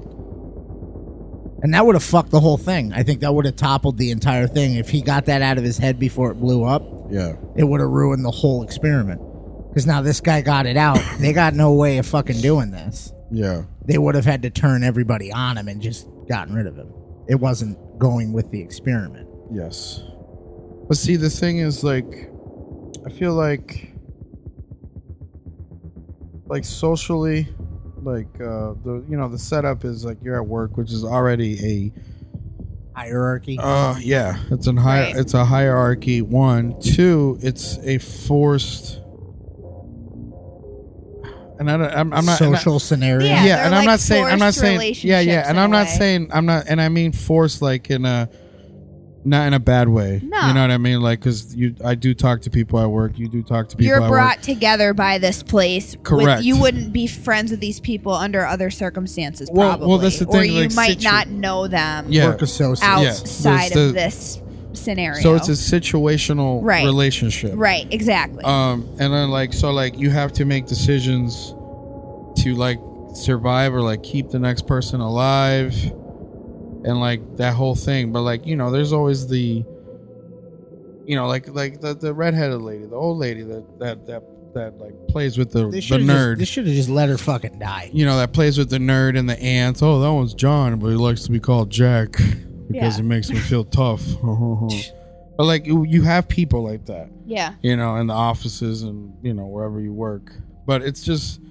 and that would have fucked the whole thing. I think that would have toppled the entire thing if he got that out of his head before it blew up. Yeah. It would have ruined the whole experiment. Because now this guy got it out. they got no way of fucking doing this. Yeah. they would have had to turn everybody on him and just gotten rid of him. It wasn't going with the experiment. Yes. But see, the thing is, like, I feel like, like socially, like uh, the you know the setup is like you're at work, which is already Hierarchy. a uh yeah, it's an high Right. it's a hierarchy. One, two, it's a forced. And I don't, I'm, I'm not and I- Social scenario. Yeah, Yeah, and they're like I'm not saying I'm not forced saying yeah, yeah, relationships and in I'm a not way. saying I'm not, and I mean forced like in a not in a bad way. No. you know what I mean, like because you I do talk to people at work. You do talk to people. You're at brought together by this place. with- Correct. you wouldn't be friends with these people under other circumstances, Well- well, probably. that's the or thing, you like, might situ- not know them work. Yeah, Work associates. Yeah. outside There's of the- this scenario. So it's a situational Right. relationship, right, Uh, exactly. Um, and then like so like you have to make decisions to like survive or like keep the next person alive and like that whole thing. But like, you know, there's always the you know, like like the, the redheaded lady, the old lady that that that, that like plays with the, They the should nerd. They should have just let her fucking die. you know, that plays with the nerd and the ants. Oh, that one's John, but he likes to be called Jack Yeah. because it makes me feel tough. but like you you have people like that. Yeah. You know, in the offices and you know wherever you work. But it's just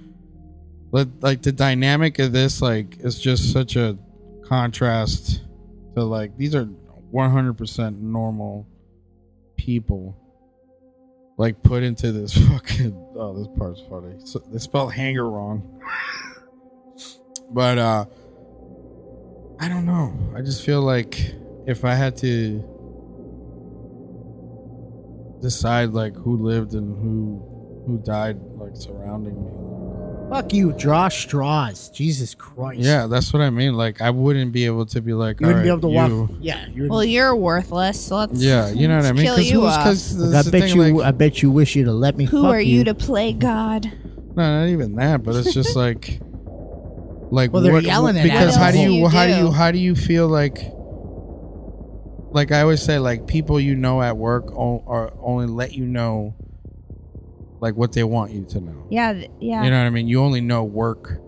like like the dynamic of this like is just such a contrast to like these are 100% normal people like put into this fucking oh this part's funny so they spelled hanger wrong but uh i don't know i just feel like if i had to decide like who lived and who who died like surrounding me Fuck you. Draw straws. Jesus Christ. yeah that's what i mean like i wouldn't be able to be like You wouldn't be "All able to right, walk. you- Yeah. You're, Well, you're worthless. So let's Yeah, you know what I let's mean? Kill 'Cause you uh, who's- up. 'cause Like, that's I the bet thing, you. like- I bet you wish you'd have let me. Who fuck are you. to play God? No, not even that. But it's just like, like Well, they're yelling it at because us. how do What you, else how do do you you do? how do you feel like? Like I always say, like people you know at work o- are only let you know, like what they want you to know. Yeah, th- yeah. You know what I mean? You only know work,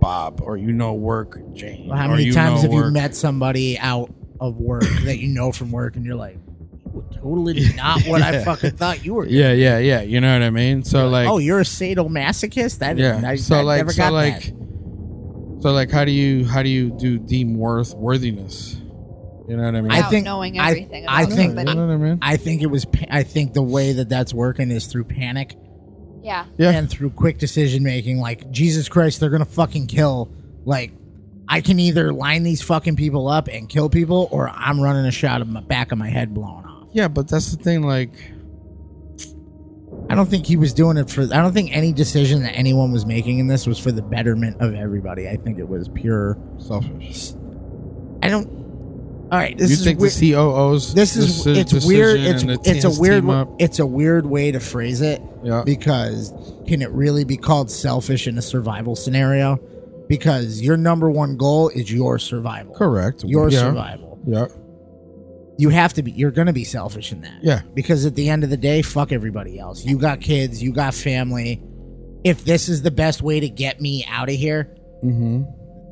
Bob, or you know work, Jane. How or many you times know have you work- met somebody out of work that you know from work, and you're like, totally not what I Yeah. fucking thought you were. Yeah, yeah, yeah. You know what I mean? So like, oh, you're a sadomasochist. I didn't. I, I never got that. so like, how do you how do you do deem worth worthiness? You know what I mean? I think I- I, think You know what I mean? I think it was. pa- I think the way that that's working is through panic Yeah. and through quick decision making. Like Jesus Christ, they're gonna fucking kill. Like I can either line these fucking people up and kill people, or I'm running a shot of my back of my head blown off. Yeah, but that's the thing. Like, I don't think he was doing it for. I don't think any decision that anyone was making in this was for the betterment of everybody. I think it was pure selfish. I don't. All right, this you is think weird. the COOs? this is deci- it's weird. It's decision and the it's a teams weird team up? it's a weird way to phrase it. Yeah. Because can it really be called selfish in a survival scenario? Because your number one goal is your survival. Correct. Your Yeah. survival. Yeah. You have to be. You're going to be selfish in that. Yeah. Because at the end of the day, fuck everybody else. You got kids. You got family. If this is the best way to get me out of here, Mm-hmm.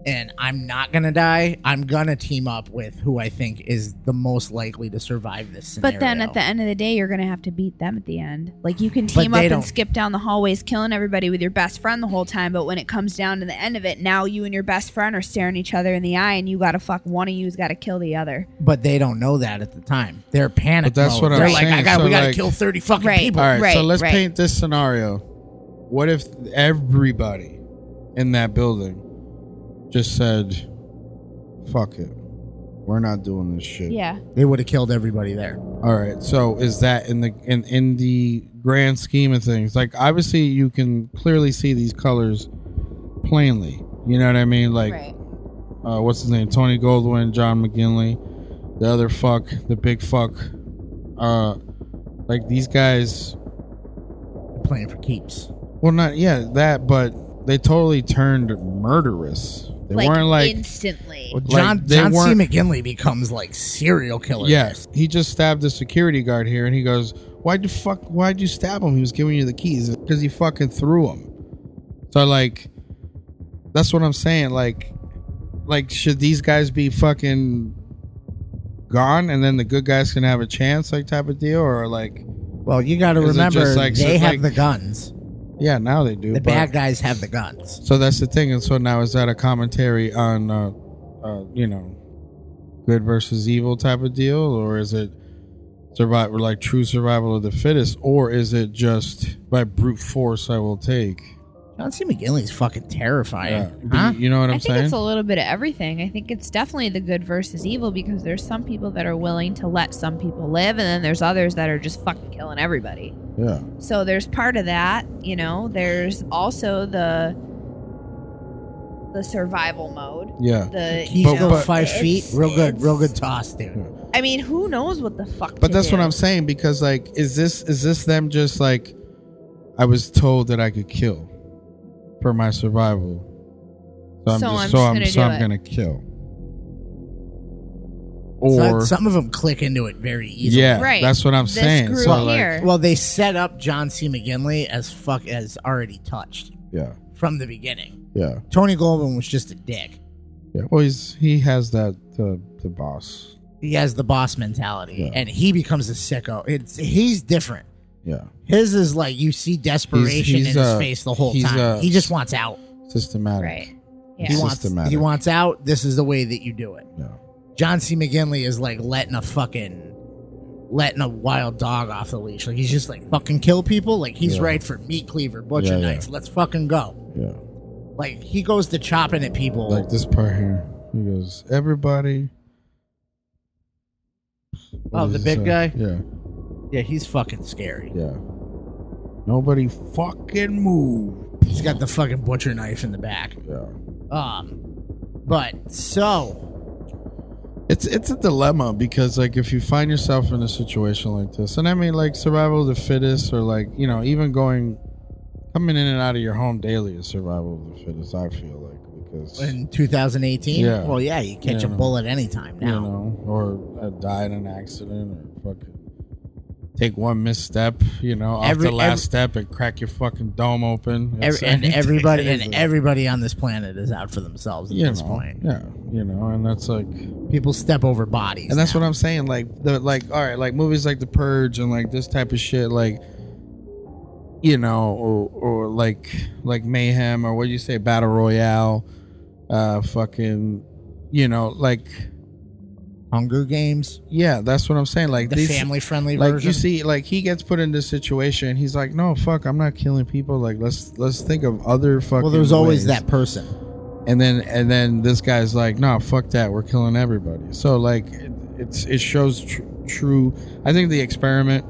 and I'm not gonna die, I'm gonna team up with who I think is the most likely to survive this scenario. But then at the end of the day, you're gonna have to beat them at the end. Like you can But team they up and don't- skip down the hallways, killing everybody with your best friend the whole time. But when it comes down to the end of it, now you and your best friend are staring each other in the eye, and you gotta fuck one of you's gotta kill the other. but they don't know that at the time. They're panic. But that's mode. what I'm They're saying. like, I got, So, we gotta like- kill thirty fucking Right. people. All right, so Right, let's right. paint this scenario. What if everybody in that building just said, "Fuck it, we're not doing this shit." Yeah. They would have killed everybody there. All right. So is that in the in in the grand scheme of things? Like obviously you can clearly see these colors plainly. You know what I mean? Like Right. uh, what's his name? Tony Goldwyn, John McGinley, the other fuck, the big fuck. Uh like these guys playing for keeps. Well not yeah, that but they totally turned murderous. They weren't like instantly. Like, John they John C. weren't- McGinley becomes like serial killer. Yes, he just stabbed the security guard here, and he goes, "Why'd you fuck? Why'd you stab him? He was giving you the keys because he fucking threw him." So like, that's what I'm saying. Like, like should these guys be fucking gone, and then the good guys can have a chance, like type of deal, or like, Well, you got to Is it remember just like- they so, have like- the guns. yeah, now they do. The but- bad guys have the guns. So that's the thing, and so now is that a commentary on, uh, uh, you know, good versus evil type of deal, or is it survival like true survival of the fittest, or is it just by brute force I will take? John C. McGinley's fucking terrifying. Yeah. You know what I'm I think saying? it's a little bit of everything. I think it's definitely the good versus evil because there's some people that are willing to let some people live, and then there's others that are just fucking killing everybody. yeah. So there's part of that, you know. There's also the the survival mode. Yeah. The He's you know, go five it's- feet. Real good. Real it's- good toss, dude. I mean, who knows what the fuck? But to that's do. what I'm saying because like, is this is this them just like I was told that I could kill for my survival? So I'm So just, I'm so just I'm, gonna so do I'm it. gonna kill. So Or some of them click into it very easily. Yeah, Right. that's what I'm This saying. group So, like- here. well, they set up John C. McGinley as fuck as already touched yeah, from the beginning. yeah, Tony Goldman was just a dick. yeah. Well, he's he has that uh, the boss. He has the boss mentality, Yeah. and he becomes a sicko. It's he's different. Yeah, His is like you see desperation He's- he's, in his uh, face the whole he's, time. uh, he just wants out. systematic. He wants. Systematic. He wants out. This is the way that you do it. Yeah. John C. McGinley is like letting a fucking letting a wild dog off the leash. Like he's just like fucking kill people. Like he's Yeah. right for meat cleaver, butcher Yeah, yeah. knife. Let's fucking go. Yeah. Like he goes to chopping at people. Like this part here. He goes, everybody. oh, What the does it big say? guy. uh, Yeah. Yeah, he's fucking scary. Yeah. Nobody fucking move. He's got the fucking butcher knife in the back. Yeah. Um, but so It's it's a dilemma because like if you find yourself in a situation like this, and I mean like survival of the fittest, or like you know even going coming in and out of your home daily is survival of the fittest. I feel like because in 2018, Yeah. well, yeah, you catch Yeah, a no. bullet anytime you now. know, or uh, die in an accident, or fucking take one misstep, you know, off Every- the last every- step and crack your fucking dome open, Ev- It's- and everybody it's- and everybody on this planet is out for themselves at you this know, point. yeah, you know, and that's like People step over bodies. and that's what I'm saying. Like the like, all right, like movies like The Purge and like this type of shit, like you know, or, or like like Mayhem or what do you say, Battle Royale, uh, fucking, you know, like Hunger Games. Yeah, that's what I'm saying. Like The these- family-friendly like you version. see, like he gets put in this situation. and He's like, no, fuck, I'm not killing people. Like let's let's think of other fucking. Well, there's always ways. that person. and then and then this guy's like no fuck that we're killing everybody so like it, it's it shows tr- true i think the experiment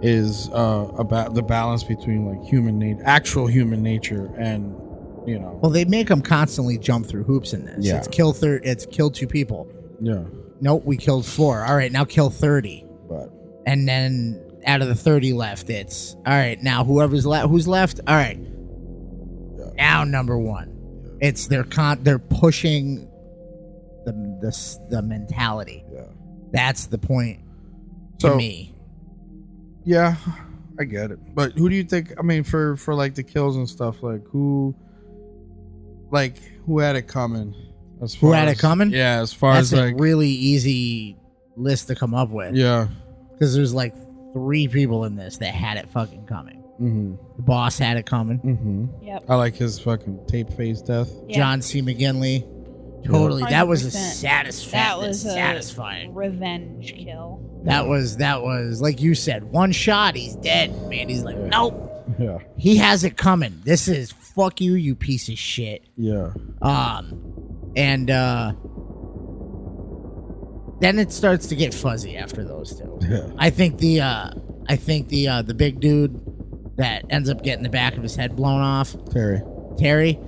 is uh about the balance between like human nature actual human nature and you know Well, they make them constantly jump through hoops in this. Yeah. It's kill thir- It's kill two people. yeah Nope, we killed four. All right, now kill thirty. Right. And then out of the thirty left, it's all right. Now whoever's left, who's left? All right. Now number one. It's they're con- they're pushing the the s- the mentality. Yeah. That's the point to So- me. yeah i get it but who do you think i mean for for like the kills and stuff like who like who had it coming as Who far had it as- coming? yeah as far That's as a like really easy list to come up with. yeah because there's like three people in this that had it fucking coming. mm-hmm. The boss had it coming. Mm-hmm. Yep. i like his fucking tape phase death John C. McGinley. Totally. That was a 100%. satisfying. That was a satisfying. revenge kill. That was that was like you said, one shot, he's dead, man. He's like, nope. yeah He has it coming. This is fuck you, you piece of shit. yeah Um and uh then it starts to get fuzzy after those two. Yeah. I think the uh I think the uh the big dude that ends up getting the back of his head blown off, terry Terry,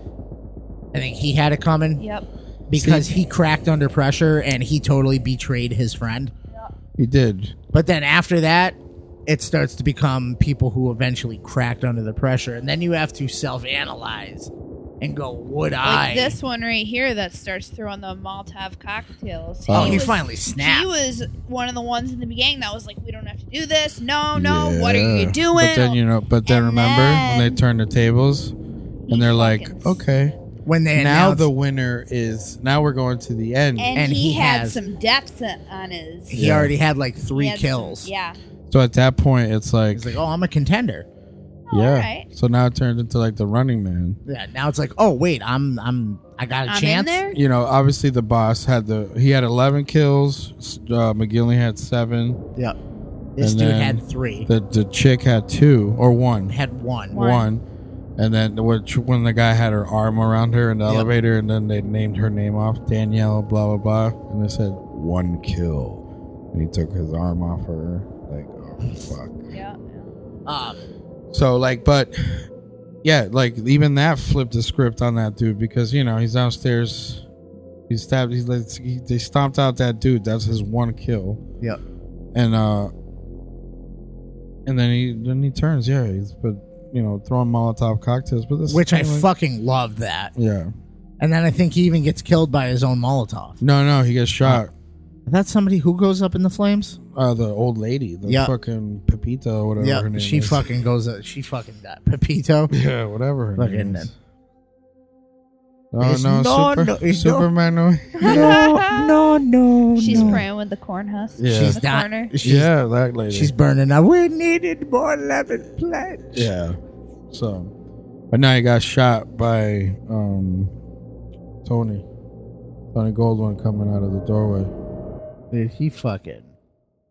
I think he had it coming. Yep. because See- he cracked under pressure and he totally betrayed his friend. He did. But then after that, it starts to become people who eventually cracked under the pressure, and then you have to self-analyze and go, "Would I?" Like this one right here that starts throwing the Molotov cocktails. Oh, he finally snapped. He was one of the ones in the beginning that was like, "We don't have to do this. No, Oh, no. What are you Yeah. doing?" But then you know. But then remember when they turn the tables, and they're like, okay, when they now announced- the winner is now we're going to the end. and, he, had some depth on his. He Yeah. already had like he three had some- kills. yeah. So at that point, it's like, He's like, "Oh, I'm a contender." yeah. alright. So now it turns into like the Running Man. Yeah. Now it's like, "Oh, wait, I'm, I'm, I got a I'm in chance." there? You know, obviously the boss had the he had eleven kills. s- Uh, McGinley had seven. Yep. This and dude then had three. The the chick had two or one. Had one. one. And then which when the guy had her arm around her in the Yep. elevator, and then they named her name off Danielle, blah blah blah, and they said one kill, and he took his arm off her, like oh fuck. Yeah. Um, So like, but yeah, like even that flipped the script on that dude because you know he's downstairs, he stabbed, he, like, he they stomped out that dude. That's his one kill, Yep. and uh, and then he then he turns, yeah, he's but you know throwing Molotov cocktails, but this Which I like- fucking love that. yeah. And then I think he even gets killed by his own Molotov. No, no, he gets shot. That's somebody who goes up in the flames. Uh, the old lady, the Yeah. fucking Pepita or whatever her Yeah, name she is. fucking goes. Up, she fucking died. Pepito. Yeah, whatever her Fucking name is. It's Oh no, no, super, no, it's no- Superman. no, no. She's Oh, no. praying with the corn husk. Yeah. in She's the not- corner. she's- yeah, that lady. She's burning up. We needed more lemon pledge. Yeah. So, but now he got shot by um Tony. Tony Goldwyn coming out of the doorway. Dude, he fucking.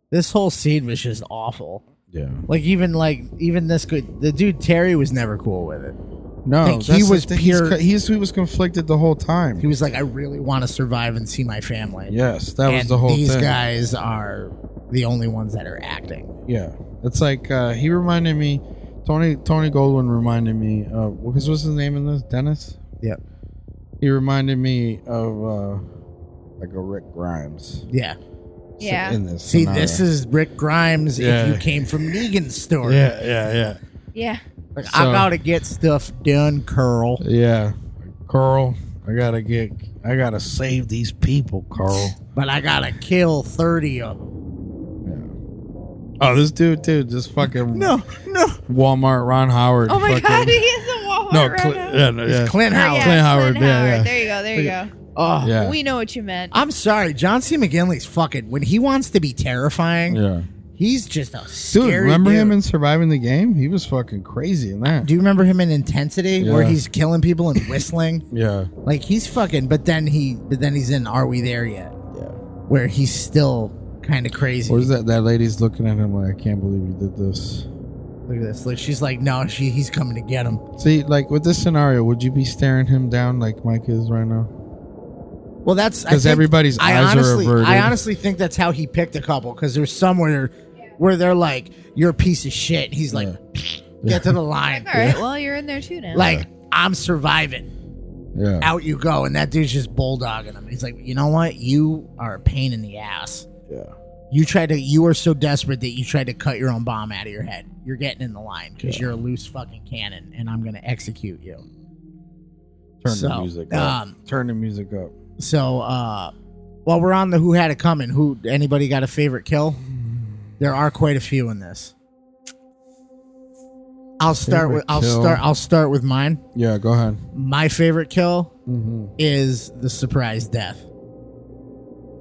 This whole scene was just awful. Yeah. Like even like even this good. The dude Terry was never cool with it. No, Like, he that's the was thing. He's pure. co- he's- he was conflicted the whole time. He was like, I really want to survive and see my family. Yes, that was And the whole These thing. guys are the only ones that are acting. Yeah, it's like uh he reminded me. Tony Tony Goldwyn reminded me of what was his name in this? Dennis. Yep. He reminded me of uh like a Rick Grimes. Yeah. Yeah. In this. See, scenario. this is Rick Grimes. Yeah. If you came from Negan's story, Yeah, yeah, yeah. Yeah. Like, So- I gotta get stuff done, Curl. Yeah, Carl. I gotta get. I gotta save these people, Carl. But I gotta kill thirty of them. Oh, this dude, dude, this fucking No, no. Walmart Ron Howard. Oh my fucking- god, he is a Walmart No, right Cl- now. yeah, no, yeah. Clint Oh, Howard. yeah, Clint Howard, Howard. yeah, yeah. There you go. There you go. Oh, Yeah. We know what you meant. I'm sorry, John C. McGinley's fucking when he wants to be terrifying. Yeah. he's just a Dude, scary. remember dude. him in surviving the game? He was fucking crazy in that. Do you remember him in Intensity where Yeah. he's killing people and whistling? Yeah, like he's fucking. But then he, but then he's in Are We There Yet? Yeah, where he's still kind of crazy. What is that? That lady's looking at him like, I can't believe you did this. Look at this. Look, she's like, no, she he's coming to get him. See, like with this scenario, would you be staring him down like Mike is right now? Well, that's I 'Cause think- everybody's I eyes are honestly, averted. I honestly think that's how he picked a couple because there's somewhere where they're like, "You're a piece of shit." and He's like, "Get to the line." All right. Well, you're in there too now. Like I'm surviving. Yeah. Out you go, and that dude's just bulldogging him. He's like, "You know what? You are a pain in the ass. Yeah. You tried to. You are so desperate that you tried to cut your own bomb out of your head. You're getting in the line because you're a loose fucking cannon, and I'm gonna execute you." Turn the So, music up. um, Turn the music up. So, uh, while we're on the who had it coming, who anybody got a favorite kill? There are quite a few in this. I'll start Favorite with I'll kill. start I'll start with mine. Yeah, go ahead. My favorite kill Mhm. is the surprise death.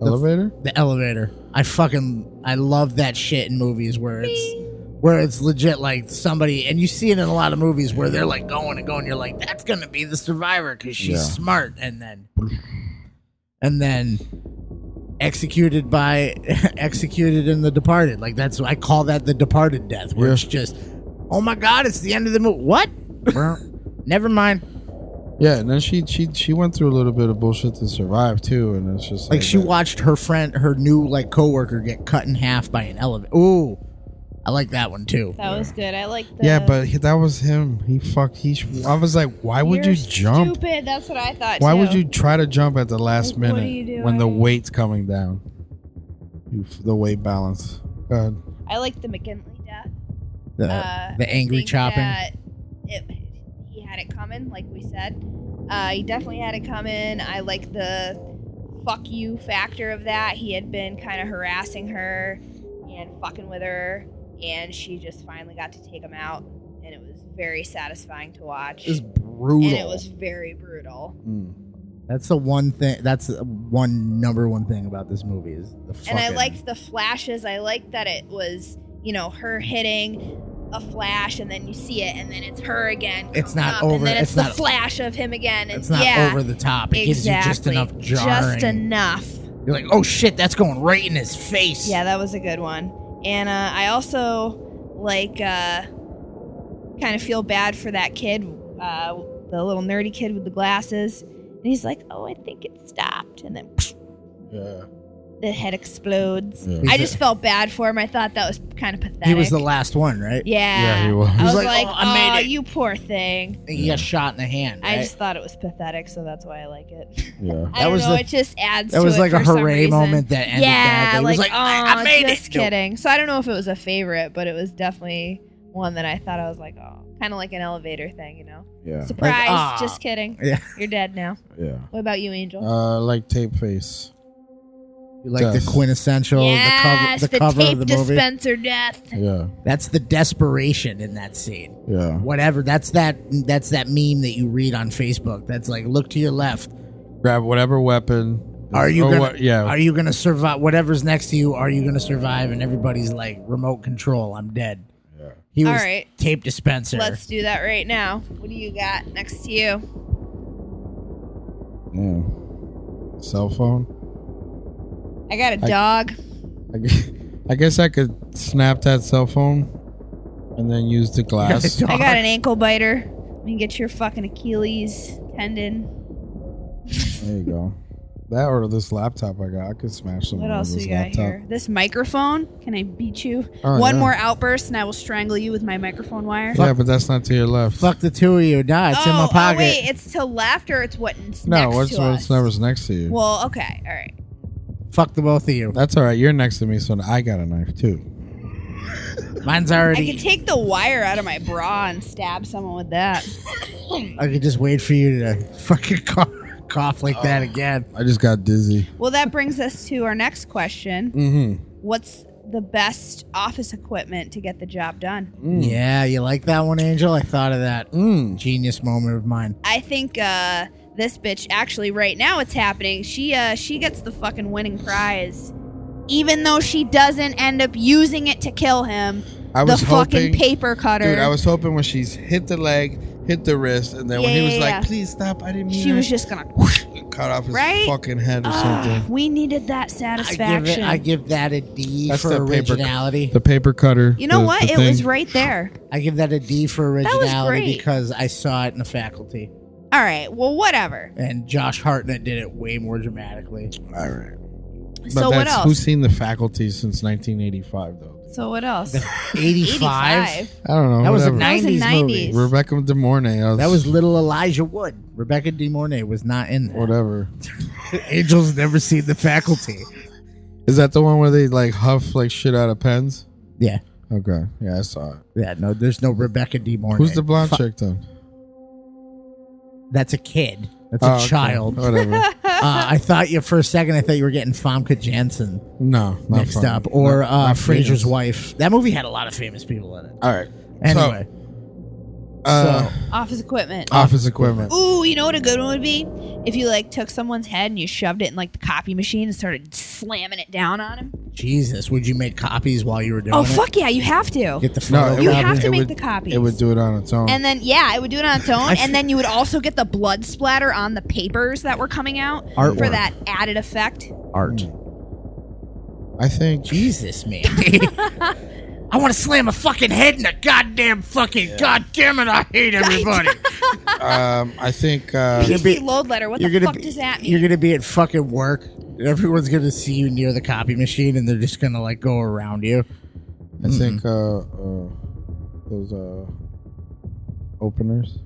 The- Elevator? The, elevator. I fucking I love that shit in movies where it's where it's legit like somebody and you see it in a lot of movies where they're like going and going you're like that's going to be the survivor cuz she's Yeah. smart and then and then executed by executed in the departed like that's I call that the departed death where it's just oh my god it's the end of the movie what never mind Yeah, and then she she she went through a little bit of bullshit to survive too, and it's just like, Like she that. watched her friend, her new like coworker, get cut in half by an elevator. Ooh, I like that one too. that was good. I like. The, yeah, but he- that was him. He fucked. He. sh- I was like, why would You're you jump? Stupid. That's what I thought. Why too. would you try to jump at the last Like, what are minute you when the doing? weight's coming down? You f- The weight balance. Go ahead. I like the McKinley death. The, Uh, the I angry think chopping. that It, he had it coming, like we said. Uh, he definitely had it coming. I like the fuck you factor of that. He had been kind of harassing her and fucking with her, and she just finally got to take him out, and it was very satisfying to watch. It was brutal. And it was very brutal. Mm, that's the one thing. That's the one number one thing about this movie is the. Fucking, and I liked the flashes. I liked that it was, you know, her hitting a flash, and then you see it, and then it's her again. It's coming not up, over- And then it's, it's the not- flash of him again. And It's not yeah, over the top. It gives you exactly. just enough jarring. Just enough. You're like, oh shit, that's going right in his face. Yeah, that was a good one. And uh, I also like uh, kind of feel bad for that kid, uh, the little nerdy kid with the glasses. And he's like, "Oh, I think it stopped," and then Yeah. the head explodes. Yeah. I just felt bad for him. I thought that was kind of pathetic. He was the last one, right? Yeah. he I was like, oh, oh, I made it. you poor thing. He got shot in the hand. I right? just thought it was pathetic, so that's why I like it. Yeah. I That don't was know. the- it just adds. that to was it like a for some hooray reason. moment that ended yeah, badly. It was like, like, I- I "Aw, made it." just Nope. kidding. So I don't know if it was a favorite, but it was definitely one that I thought I was like, oh, kind of like an elevator thing, you know? Yeah. Like, Surprise! ah. Just kidding. Yeah. You're dead now. Yeah. What about you, Angel? Uh, like tape face. You like the quintessential yes, the cover, the cover tape of the movie. dispenser death. Yeah. That's the desperation in that scene. Yeah. Whatever. That's that. That's that meme that you read on Facebook. That's like, look to your left. Grab whatever weapon. Are you Or gonna, what- yeah. Are you gonna survive? Whatever's next to you, are you gonna survive? And everybody's like, remote control. I'm dead. Yeah. He All was right. tape dispenser. Let's do that right now. What do you got next to you? Yeah. Cell phone. I got a I- dog. I gu- I guess I could snap that cell phone and then use the glass. I got an ankle biter. You can get your fucking Achilles tendon. There you go. That or this laptop I got, I could smash something. What else with we this got laptop. here? This microphone. Can I beat you? One Oh, yeah. more outburst and I will strangle you with my microphone wire. Yeah, but that's not to your left. Fuck the two of you. Nah, it's oh, in my oh, pocket. wait, it's to left or it's what's No, next what's to what's us? never's next to you? Well, okay, all right. Fuck the both of you. That's all right. You're next to me, so I got a knife too. Mine's I already. could take the wire out of my bra and stab someone with that. I could just wait for you to fucking cough, cough like that again. I just got dizzy. well, that brings us to our next question. Mm-hmm. What's the best office equipment to get the job done? Hmm. Yeah, you like that one, Angel? I thought of that Mm. genius moment of mine. I think uh, this bitch actually right now it's happening. She uh, she gets the fucking winning prize, even though she doesn't end up using it to kill him. I was the fucking hoping- paper cutter. Dude, I was hoping when she's hit the leg, hit the wrist, and then when he was like, "Please stop! I didn't mean." She it." was just gonna cut off his Right? fucking head or Ah, something. we needed that I give, it, satisfaction. I give that a D That's for the paper- originality. The paper cutter. you know the- what? the It was thing. right there. I give that a D for was originality great. because I saw it in the faculty. All right. Well, whatever. And Josh Hartnett did it way more dramatically. All right. But So what that's- else? Who's seen the faculty since 1985 though? So what else? 85? I don't know. That was a whatever. 90s That was a movie. 90s. Rebecca De Mornay. I was- That was little Elijah Wood. Rebecca De Mornay was not in that. whatever. Angel's never seen the faculty. Is that the one where they like huff like shit out of pens? Yeah. Okay. Yeah, I saw it. Yeah, no, there's no Rebecca De Mornay. Who's the blonde Fu- chick though? That's a kid. That's Oh, a okay. child. Whatever. uh, I thought you for a second. I thought you were getting Famke Janssen No, not mixed Famke. up, or Not- uh, not Fraser's famous. wife. That movie had a lot of famous people in it. All right. Anyway, Uh, so Office equipment. office equipment. Ooh, you know what a good one would be? If you like took someone's head and you shoved it in like the copy machine and started slamming it down on him. Jesus, would you make copies while you were doing oh it? fuck yeah, you have to. Get the No, photo. it you would- have to it make would- the copies. It would do it on its own. And then yeah, it would do it on its own, I f- and then you would also get the blood splatter on the papers that were coming out for Artwork. that added effect. art. I think. Jesus, man. I want to slam a fucking head in a goddamn fucking. God damn it! I hate everybody. Um, I think. Uh, You're PC gonna be- load letter. What you're the gonna fuck be- does that mean? You're gonna be at fucking work. Everyone's gonna see you near the copy machine, and they're just gonna like go around you. I think uh, uh, those uh, openers,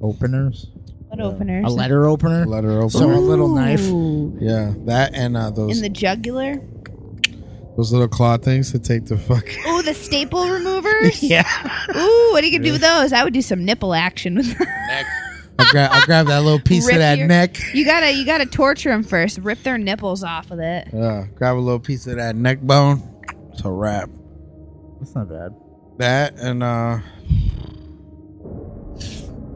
Openers, What openers? a letter opener. letter opener. So a little knife. Ooh. yeah, that and uh, those in the jugular. those little claw things to take the fuck. Oh, the staple removers. Yeah. Ooh, what are you gonna do with those? I would do some nipple action with that. I grab, I grab that little piece Rip of that your- neck. You gotta, you gotta torture them first. Rip their nipples off with it. Yeah, grab a little piece of that neck bone. It's a wrap. That's not bad. That and uh,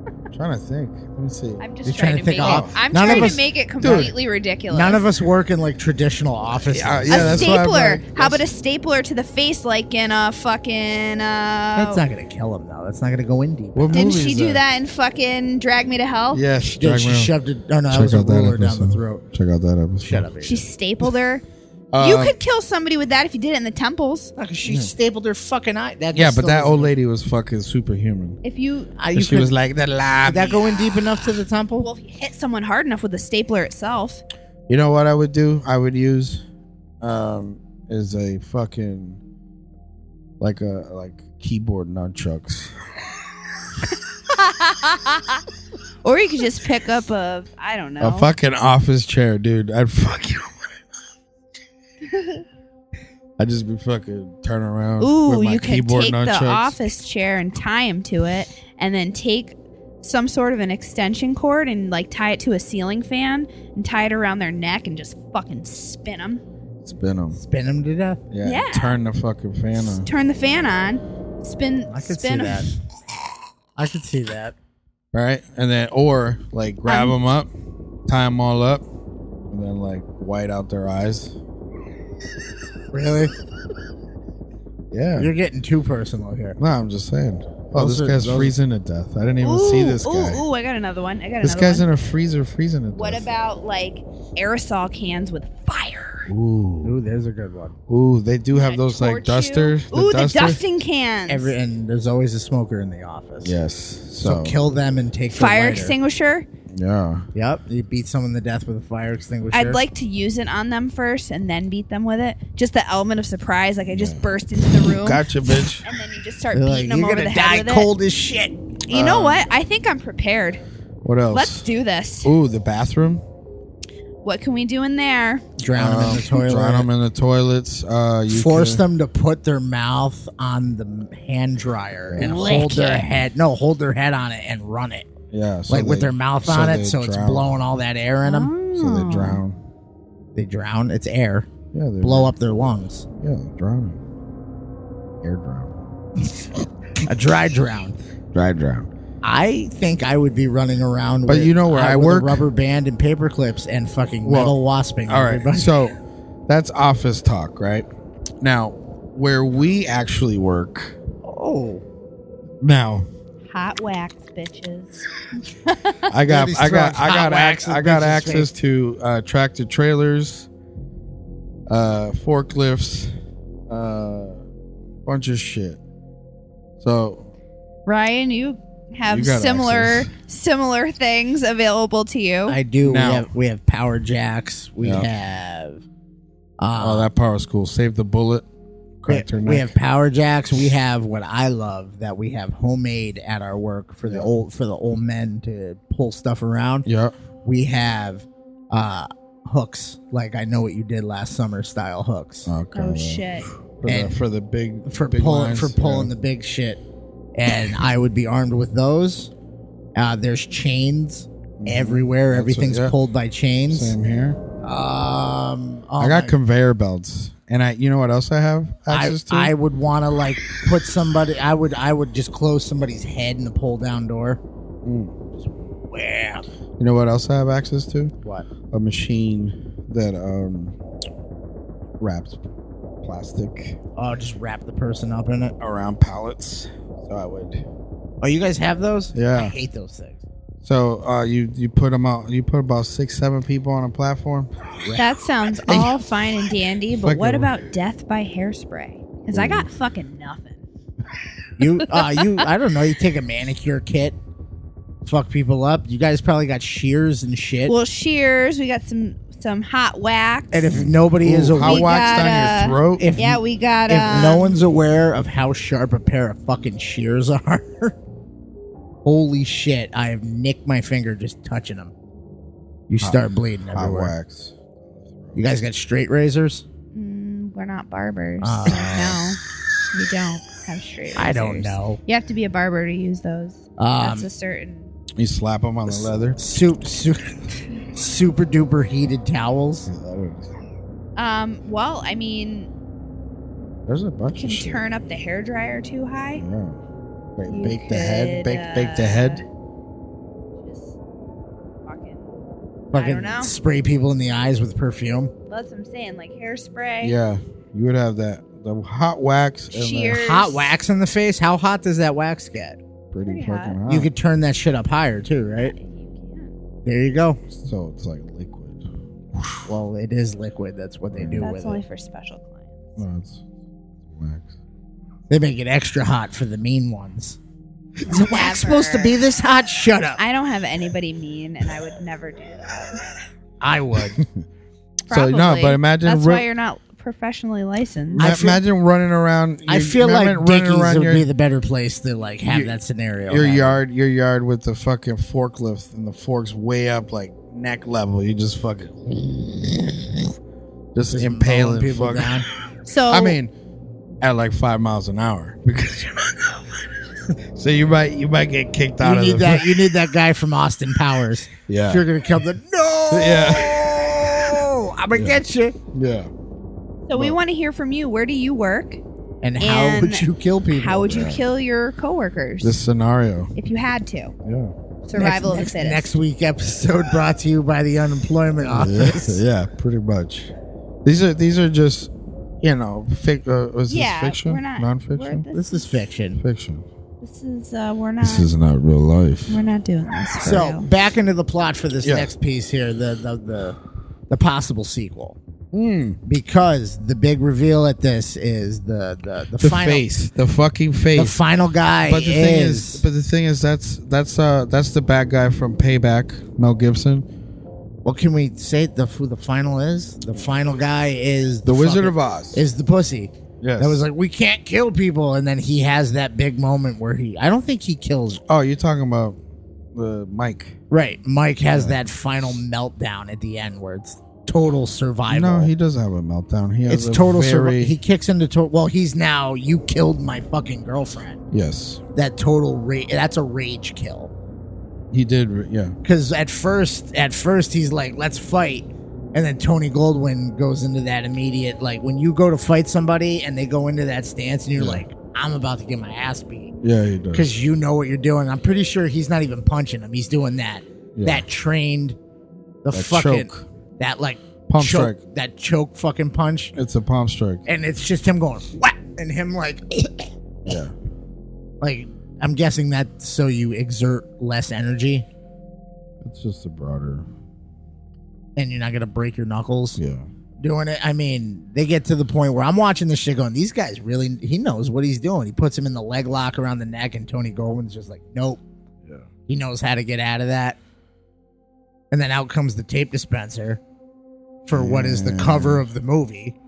I'm trying to think. Let me see. I'm just You're trying, trying to to make think it. off- I'm None of trying to us- make it Dude, completely ridiculous. None of us work in like traditional offices. Yeah, yeah, a that's why I'm stapler. like- How about a stapler to the face, like in a fucking? Uh, That's not gonna kill him though. That's not gonna go in deep. What Didn't movie she is do that in fucking Drag Me to Hell? Yes, She did. Drag She Me Around. shoved it. Oh no, that Check was a out that ruler down the episode. throat. Check out that episode. Shut up. Angel. She stapled her. you Uh, Um, could kill somebody with that if you did it in the temples. Fuck, She stapled her fucking eye. That Yeah, just but still that doesn't- old lady was fucking superhuman. If you, Ah, you she was like the Did lab. that go in deep enough to the temple? well, if you hit someone hard enough with the stapler itself, You know what I would do? I would use um is a fucking like a like keyboard nunchucks. or you could just pick up a, I don't know, A fucking office chair, dude. I'd fuck you. I just be fucking turning around. Ooh, with my you could keyboard take nunchucks. the office chair and tie him to it, and then take some sort of an extension cord and like tie it to a ceiling fan and tie it around their neck and just fucking spin them. Spin them. Spin them to death. Yeah. Yeah. Turn the fucking fan on. Turn the fan on, spin, I could spin 'em. see that. I could see that. Right? And then, or like grab Um, them up, tie them all up, and then like white out their eyes. Really? Yeah. You're getting too personal here. No, I'm just saying. Oh, Those this are- guy's those- freezing to death. I didn't even see this ooh, guy. Ooh, I got another one. I got this another guy's one. in a freezer freezing to death. what about like aerosol cans with fire? Ooh. Ooh, there's a good one. Ooh, they do have those like Torch you? dusters. Ooh, duster? the dusting cans. Every and there's always a smoker in the office. Yes. So, So, kill them and take their fire lighter. extinguisher. Yeah. Yep, you beat someone to death with a fire extinguisher. I'd like to use it on them first and then beat them with it. Just the element of surprise. Like I just burst into the room. Gotcha, bitch. And then you just start They're beating like, them "You're over gonna the head die with it. cold as shit. Uh, You know Um, what? I think I'm prepared. What else? Let's do this. Ooh, the bathroom. What can we do in there? drown them in the Um, toilet. Drown them in the toilets. Uh, you Force them can- to put their mouth on the hand dryer and Lick hold their it. head. No, hold their head on it and run it. Yeah. so like with they- their mouth so on they it, so it's drown. blowing all that air in Uh-huh. them. Oh, So they drown. They drown. It's air. Yeah. They Blow up their lungs. Yeah, they're drowning. Air drown. A dry drown. Dry drown. I think I would be running around. But with, you know where uh, I with a work? rubber band and paper clips and fucking Well, metal wasping. All right. everybody. So that's office talk, right? Now, where we actually work oh, now, Hot wax, bitches. I got, Dirty I got, Strong's I hot got, wax ac- I and got bitches access to uh, tractor trailers, uh, forklifts, uh, bunch of shit. So oh, Ryan, you have You got similar access. similar things available to you. I do. Now- we have we have power jacks. We Yeah. have. oh, Uh, that power was cool. Save the bullet. we, Cracked her we neck. have power jacks. We have what I love that we have homemade at our work for the old for the old men to pull stuff around. yeah. We have uh, hooks, like I know what you did last summer style hooks. Okay. oh shit. For the, And- for the big for Uh, big pulling lines, for pulling yeah. the big shit, and I would be armed with those. Uh, there's chains everywhere. That's what- Everything's yeah. pulled by chains. Mm-hmm. Same here. Um, oh I got my- conveyor belts, and I. You know what else I have I, access to? I would want to like put somebody. I would I would just close somebody's head in the pull down door. Mm. Wow. You know what else I have access to? What? A machine that um wraps plastic Oh, just wrap the person up in it. around pallets. So I would. Oh, you guys have those? Yeah. I hate those things. So uh, you you put them out. You put about six seven people on a platform. That sounds all fine and dandy, but Fucking- what about death by hairspray? Because I got fucking nothing. You uh you I don't know, you take a manicure kit, fuck people up. You guys probably got shears and shit. Well, shears. We got some some hot wax. and if nobody is Ooh, hot aware We waxed got, on uh, your throat. if yeah, we got. if um, no one's aware of how sharp a pair of fucking shears are, holy shit, I have nicked my finger just touching them. You Hot- start bleeding hot everywhere. wax. You guys got straight razors? Mm, we're not barbers. Uh. so no, we don't have straight. I don't razors. know. You have to be a barber to use those. Um, That's a certain. You slap them on the leather. su- su- super duper heated towels. Um. Well, I mean, There's a bunch you can of shit. turn up the hair dryer too high. Yeah. Wait, You bake the could, head. Bake bake the uh, head. Just fucking. I don't know. Fucking spray people in the eyes with perfume. That's what I'm saying. Like hairspray. Yeah, you would have that. The hot wax. And Shears. the Hot wax in the face? How hot does that wax get? pretty, Pretty fucking hot. You could turn that shit up higher too, right? There you go. So it's like liquid. Well, it is liquid. That's what they do That's with only it. for special clients. No, it's wax. They make it extra hot for the mean ones. Is the wax Never. supposed to be this hot? Shut up. I don't have anybody mean, and I would never do that. I would. So, no, Probably. but imagine that's ri- why you're not professionally licensed. Ma- I feel- imagine running around. I your- feel like imagine Dickies would your, be the better place to like have Your- that scenario. your happen. yard, your yard with the fucking forklift and the forks way up like neck level. You just fucking just Just mowing impaling people fuck. down. So I mean, at like five miles an hour because you're not going. so you might you might get kicked out you of need the that. You need that guy from Austin Powers. Yeah. If you're gonna kill the no, yeah I'm gonna get you. yeah. So we want to hear from you. Where do you work? And how And would you kill people? How would you Yeah. kill your coworkers This scenario. if you had to? Yeah. Survival next, of the next, fittest. next week episode brought to you by the unemployment office. yeah, pretty much. These are these are just you know fic- uh, was Yeah, this fiction we're not- non-fiction we're- this, is fiction fiction This is uh, we're not. this is not real life We're not doing this. for So real. back into the plot for this Yeah. next piece here, the the the, the possible sequel. Mm. Because the big reveal at this is the the the, the final face the fucking face the final guy but the is, thing is but the thing is that's that's uh that's the bad guy from Payback Mel Gibson well can we say the who the final is the final guy is The Wizard fucking- of Oz. is the pussy Yes. that was like we can't kill people and then he has that big moment where he I don't think he kills oh you're talking about the Mike right Mike has Yeah. that final meltdown at the end where it's total survival no he doesn't have a meltdown he has It's a total very, survival. He kicks into total. Well, he's now you killed my fucking girlfriend. yes That total rage. That's a rage kill. he did re- yeah Because at first, at first he's like, "Let's fight," and then Tony Goldwyn goes into that immediate like when you go to fight somebody and they go into that stance and you're Yeah. like, "I'm about to get my ass beat." yeah he does Because you know what you're doing. I'm pretty sure he's not even punching him. He's doing that. Yeah. That trained, the That fucking choke. that like Palm choke, strike. that choke fucking punch, it's a palm strike and it's just him going what and him like yeah like I'm guessing that so you exert less energy it's just a broader and you're not gonna break your knuckles yeah doing it. I mean, they get to the point where I'm watching this shit going, these guys really he knows what he's doing. He puts him in the leg lock around the neck and Tony Goldwyn's just like, Nope. Yeah. He knows how to get out of that. And then out comes the tape dispenser for what is the cover of the movie.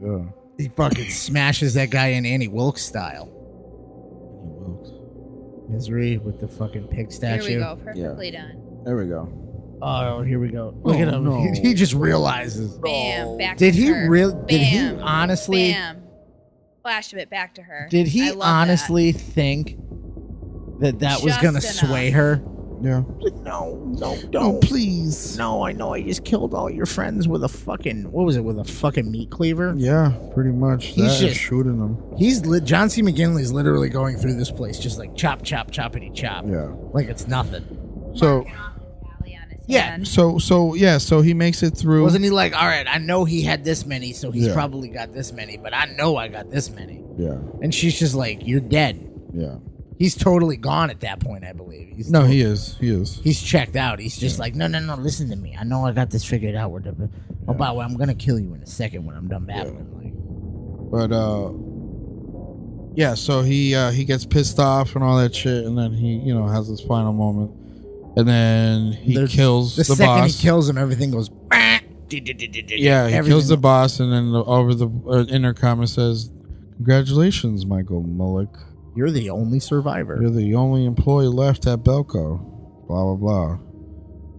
yeah He fucking smashes that guy in Annie Wilkes style. he wilkes Misery with the fucking pig here statue. we go. Perfectly done. there we go Oh, here we go. Look at Oh, him. no. He, he just realizes. Bam. Back. Did to he her. real? Did he Bam. honestly? Bam. Flash of it back to her. Did I he love that. honestly think that that was Just gonna enough. sway her? yeah No, no, no, please. No, I know. I just killed all your friends with a fucking. What was it? With a fucking meat cleaver. yeah pretty much He's That is just- shooting him He's lit. John C. McGinley's literally going through this place, just like chop, chop, choppity chop, yeah like it's nothing. so Yeah. so so yeah so he makes it through Wasn't he like, all right? I know he had this many, so he's Yeah. probably got this many, but I know I got this many. yeah And she's just like, "You're dead." yeah He's totally gone at that point, I believe. He's no tot- he is he is he's checked out. He's just like, "No, no, no, listen to me. I know I got this figured out. We're done. Oh, by the way, I'm gonna kill you in a second when I'm done battling." Like, but uh yeah so he uh he gets pissed off and all that shit and then he you know has his final moment and then he There's- kills the, the, second boss he kills him, everything goes. "Bah!" yeah he Everything kills the boss and then the, over the uh, intercom it says congratulations michael mullick You're the only survivor. you're the only employee left at belco blah blah blah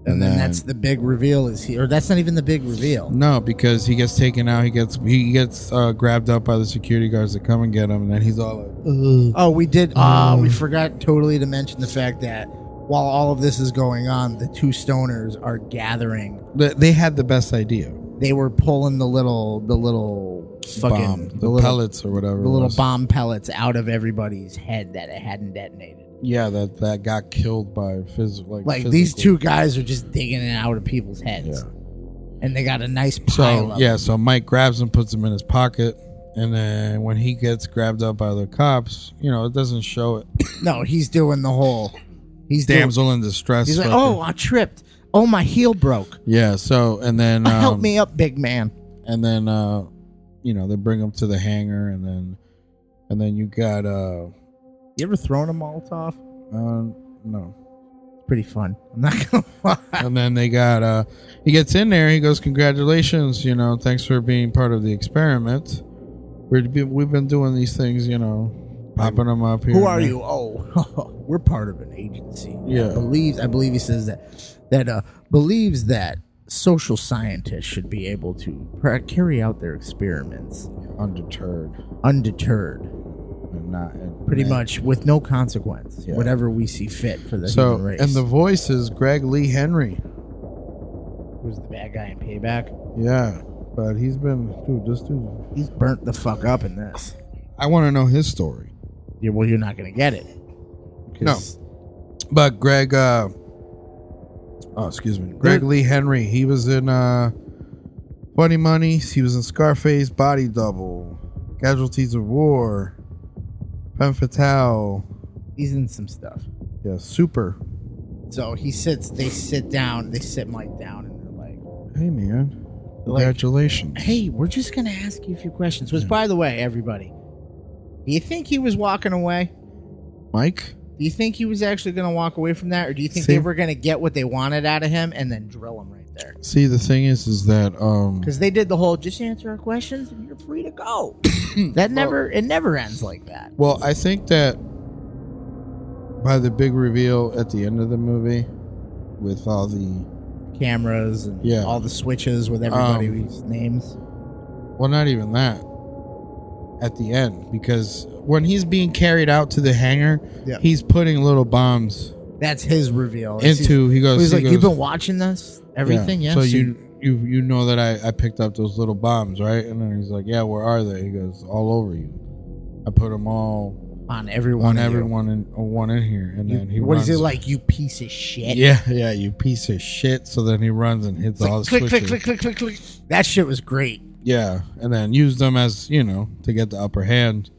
and then, that's the big reveal. Is he? Or that's not even the big reveal. No, because he gets taken out. He gets he gets uh, grabbed up by the security guards that come and get him, and then he's all like, Oh, we did. Ah, Mm. we forgot totally to mention the fact that while all of this is going on, the two stoners are gathering They- "They had the best idea, they were pulling the little the little fucking bomb, the, the, little, pellets or whatever, the it little was. bomb pellets out of everybody's head that it hadn't detonated. Yeah, that that got killed by phys- like Like these two physical- guys are just digging it out of people's heads, and they got a nice pile. So of yeah, so Mike grabs him, puts him in his pocket, and then when he gets grabbed up by the cops, you know it doesn't show it. no, he's doing the whole. He's doing- Damsel in distress. He's like, fucking- oh, I tripped. Oh, my heel broke. yeah. So and then um, Help me up, big man. and then uh you know they bring him to the hangar, and then and then you got uh. You ever thrown a Molotov? Um, no. It's pretty fun. I'm not gonna lie. and then they got uh he gets in there he goes congratulations you know thanks for being part of the experiment We're, we've been doing these things you know popping them up here Who and are there. you? Oh, we're part of an agency. that Yeah. believes I believe he says that that uh believes that social scientists should be able to pra- carry out their experiments undeterred, undeterred, and not and pretty and- much with no consequence, Yeah. whatever we see fit for the So, human race. and the voice is Greg Lee Henry. who's the bad guy in Payback? Yeah, but he's been dude. This dude, he's burnt the fuck up in this. I want to know his story. Yeah, well, you're not gonna get it. No, 'Cause- but Greg. Uh, oh, excuse me, Greg Lee Henry. He was in uh, Funny Money. He was in Scarface, Body Double, Casualties of War, Femme Fatale. He's in some stuff. Yeah, Super. So he sits. They sit down. They sit Mike down, and they're like, Hey man, Like- congratulations. "Hey, we're just gonna ask you a few questions." Hmm. Which, by the way, everybody, do you think he was walking away? Mike. Do you think he was actually gonna walk away from that, or do you think See? they were gonna get what they wanted out of him and then drill him right there? See, the thing is, is that um, Because they did the whole "just answer our questions and you're free to go." that never it never ends like that. Well, I think that by the big reveal at the end of the movie, with all the Cameras and Yeah. Um, all the switches with everybody's names. well, not even that at the end because when he's being carried out to the hangar, Yeah. he's putting little bombs That's his reveal. into. He goes. He's he like, goes, "You've been watching this, everything, Yeah. yes." So you you you know that I I picked up those little bombs, right? And then he's like, "Yeah, where are they?" He goes, "All over you. I put them all on everyone, on of you. everyone, in, uh, one in here." And You- then he what is runs- it like? You piece of shit. Yeah, yeah, you piece of shit. So then he runs and hits It's like, all the click, click, switches. click, click, click, click. That shit was great. Yeah, and then use them as you know to get the upper hand.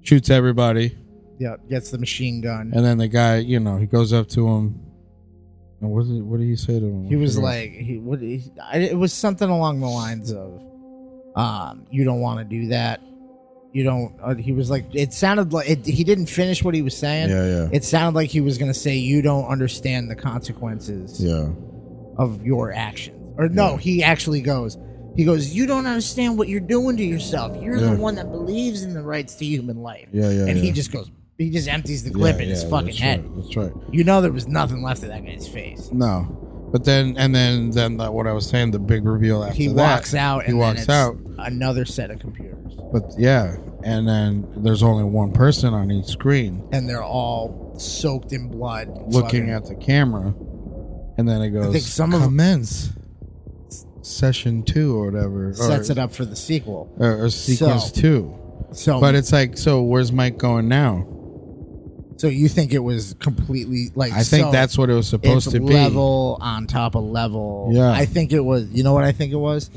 Shoots everybody, Yeah, gets the machine gun. and then the guy, you know, he goes up to him. And what did what did he say to him? he was Yeah. like, he what? He, I- it was something along the lines of, um, you don't want to do that. You don't. Uh, he was like, it sounded like it, he didn't finish what he was saying. Yeah, yeah. It sounded like he was gonna say, you don't understand the consequences yeah, of your actions. Or no, he actually goes. He goes, you don't understand what you're doing to yourself. You're Yeah. the one that believes in the rights to human life. yeah, yeah. and he yeah. just goes, he just empties the clip Yeah, in his yeah, fucking that's head. right, that's right. You know there was nothing left of that guy's face. No, but then and then then that, what I was saying, the big reveal after He that, walks out and he walks out. then it's another set of computers. But yeah, and then there's only one person on each screen. And they're all soaked in blood. looking fucking- at the camera, and then it goes. I think some of commence session two or whatever. sets or, it up for the sequel. or, or sequence So- um, two. So But it's like, so where's Mike going now? so you think it was completely like I think so that's what it was supposed it's to be. level on top of level. Yeah. I think it was you know what I think it was?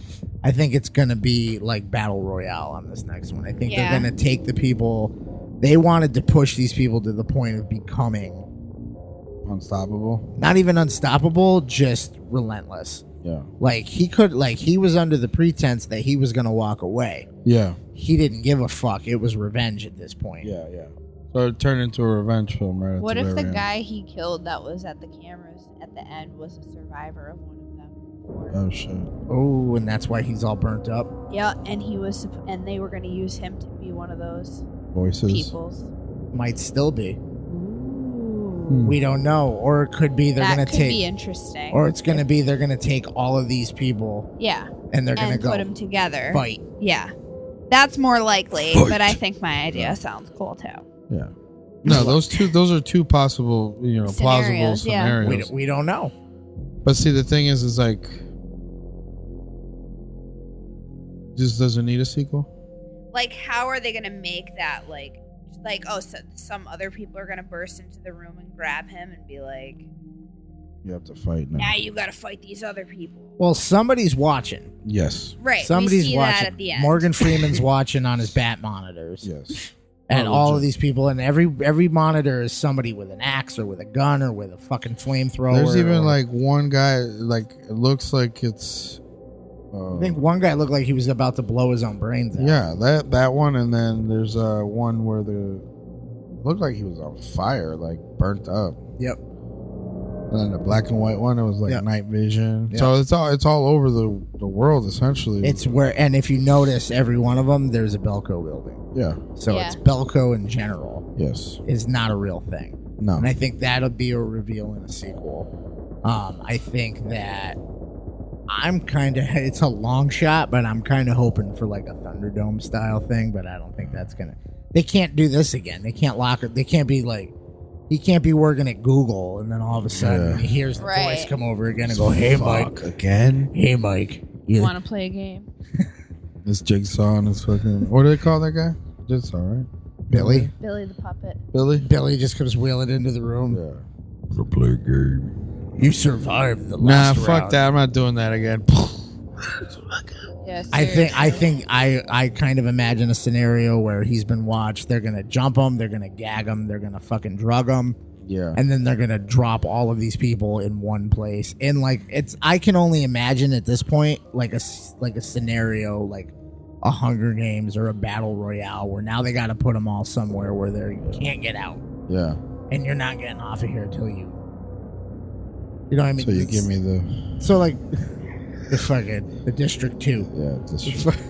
I think it's gonna be like battle royale on this next one. I think Yeah. they're gonna take the people they wanted to push these people to the point of becoming Unstoppable. not even unstoppable, just relentless. Yeah. Like he could like he was under the pretense that he was gonna walk away. Yeah. He didn't give a fuck. It was revenge at this point. Yeah. Yeah. So it turned into a revenge film right at What if very the end. guy he killed that was at the cameras at the end was a survivor of one of them? Oh shit. Oh, and that's why he's all burnt up. Yeah, and he was, supp- and they were going to use him to be one of those Voices. peoples. Might still be. Hmm. We don't know. Or it could be Hmm. they're that gonna could take be interesting. or it's gonna be they're gonna take all of these people yeah, and they're gonna and go put them together. fight. Yeah, that's more likely. Fight. But I think my idea sounds cool too. Yeah. No, those two. Those are two possible, you know, plausible Scenarios, yeah. scenarios. We, d- we don't know. But see, the thing is, is like, just doesn't need a sequel. Like, how are they going to make that like? Like oh, so some other people are gonna burst into the room and grab him and be like, You have to fight now. "Now you gotta fight these other people." Well, somebody's watching. Yes. Right? Somebody's we see watching. that at the end. Morgan Freeman's watching on his bat monitors. Yes. And Oh, all of legit. these people and every every monitor is somebody with an axe or with a gun or with a fucking flamethrower. There's even or- like one guy, like it looks like it's. Uh, I think one guy looked like he was about to blow his own brains out. yeah, that that one, and then there's uh one where the looked like he was on fire, like burnt up, Yep. and then the black and white one, it was like Yeah. night vision. Yeah. So it's all it's all over the the world essentially. It's where and if you notice every one of them there's a Belco building. yeah, So Yeah. it's Belco in general yes, is not a real thing. no, And I think that'll be a reveal in a sequel. Um, I think that I'm kind of it's a long shot, but I'm kind of hoping for like a Thunderdome style thing. But I don't think that's gonna. They can't do this again. They can't lock it. They can't be like. He can't be working at Google, and then all of a sudden Yeah. he hears the Right. voice come over again and go, "Hey, Mike, again? Hey, Mike. You want to play a game? This jigsaw and his fucking. What do they call that guy? Jigsaw, right? Billy. Billy the puppet. Billy. Billy just comes wheeling into the room. Yeah. To play a game. You survived the Nah, last fuck round. that. I'm not doing that again. Yes. I think I think I I kind of imagine a scenario where he's been watched. They're gonna jump him. They're gonna gag him. They're gonna fucking drug him. Yeah. And then they're gonna drop all of these people in one place. And like it's I can only imagine at this point like a s- like a scenario like a Hunger Games or a battle royale where now they got to put them all somewhere where they can't get out yeah. and you're not getting off of here until you. You know what I mean? So you It's- give me the. so like, the fucking the District Two. Yeah,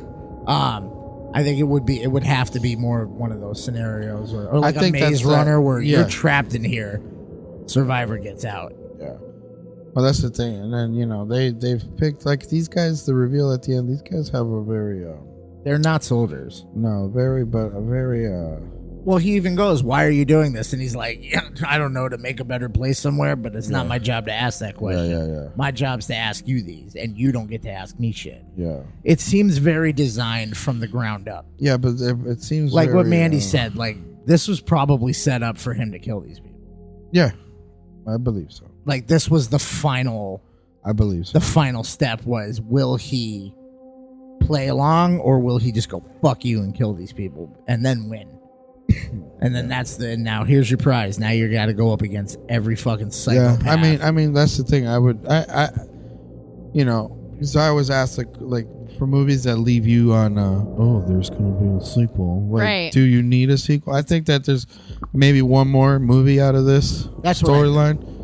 um, I think it would be it would have to be more of one of those scenarios, or, or like I think a that's Maze the- Runner where yeah. you're trapped in here, survivor gets out. Yeah. Well, that's the thing. And then you know they they've picked like these guys. The reveal at the end. These guys have a very. Uh, They're not soldiers. No, very but a very. uh Well, he even goes, "Why are you doing this?" And he's like, yeah, "I don't know to make a better place somewhere, but it's not Yeah. my job to ask that question. Yeah, yeah, yeah. My job's to ask you these, and you don't get to ask me shit." Yeah. It seems very designed from the ground up. Yeah, but it, it seems like what very, Mandy uh, said. Like this was probably set up for him to kill these people. Yeah, I believe so. Like this was the final. I believe so. The final step was: will he play along, or will he just go fuck you and kill these people and then win? and then that's the now. Here's your prize. Now you got to go up against every fucking psychopath. I mean, I mean, that's the thing. I would, I, I you know, because I always ask like, like for movies that leave you on, uh, oh, there's going to be a sequel. Like, Right. Do you need a sequel? I think that there's maybe one more movie out of this That's what I storyline.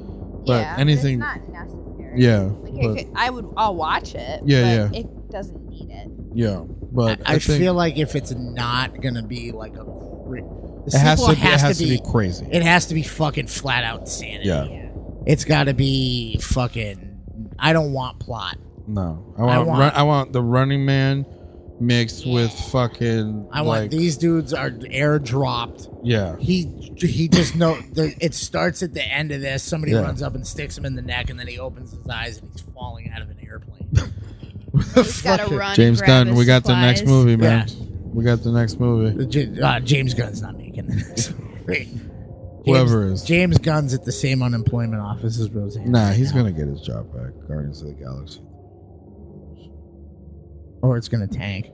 But yeah, anything, But it's not necessary. Yeah, Like it but- could, I would. I'll watch it. Yeah, but yeah. It doesn't need it. yeah. But I, I, think feel like if it's not gonna be like a, cra- the It has sequel to- it has to be crazy. It has to be fucking flat out insanity. Yeah. It's got to be fucking. I don't want plot. no. I I want, I want- want, I want the Running Man mixed with fucking. I like- want these dudes are air dropped. Yeah. He he just know the, it starts at the end of this. Somebody Yeah. runs up and sticks him in the neck, and then he opens his eyes and he's falling out of an airplane. gotta run. James grab Gunn. his We got the next supplies. movie, man. We got the next movie. J- uh, James Gunn's not making this. Wait. Whoever James- is. James Gunn's at the same unemployment office as Roseanne. Nah, he's gonna get his job back. Guardians of the Galaxy. or it's gonna tank.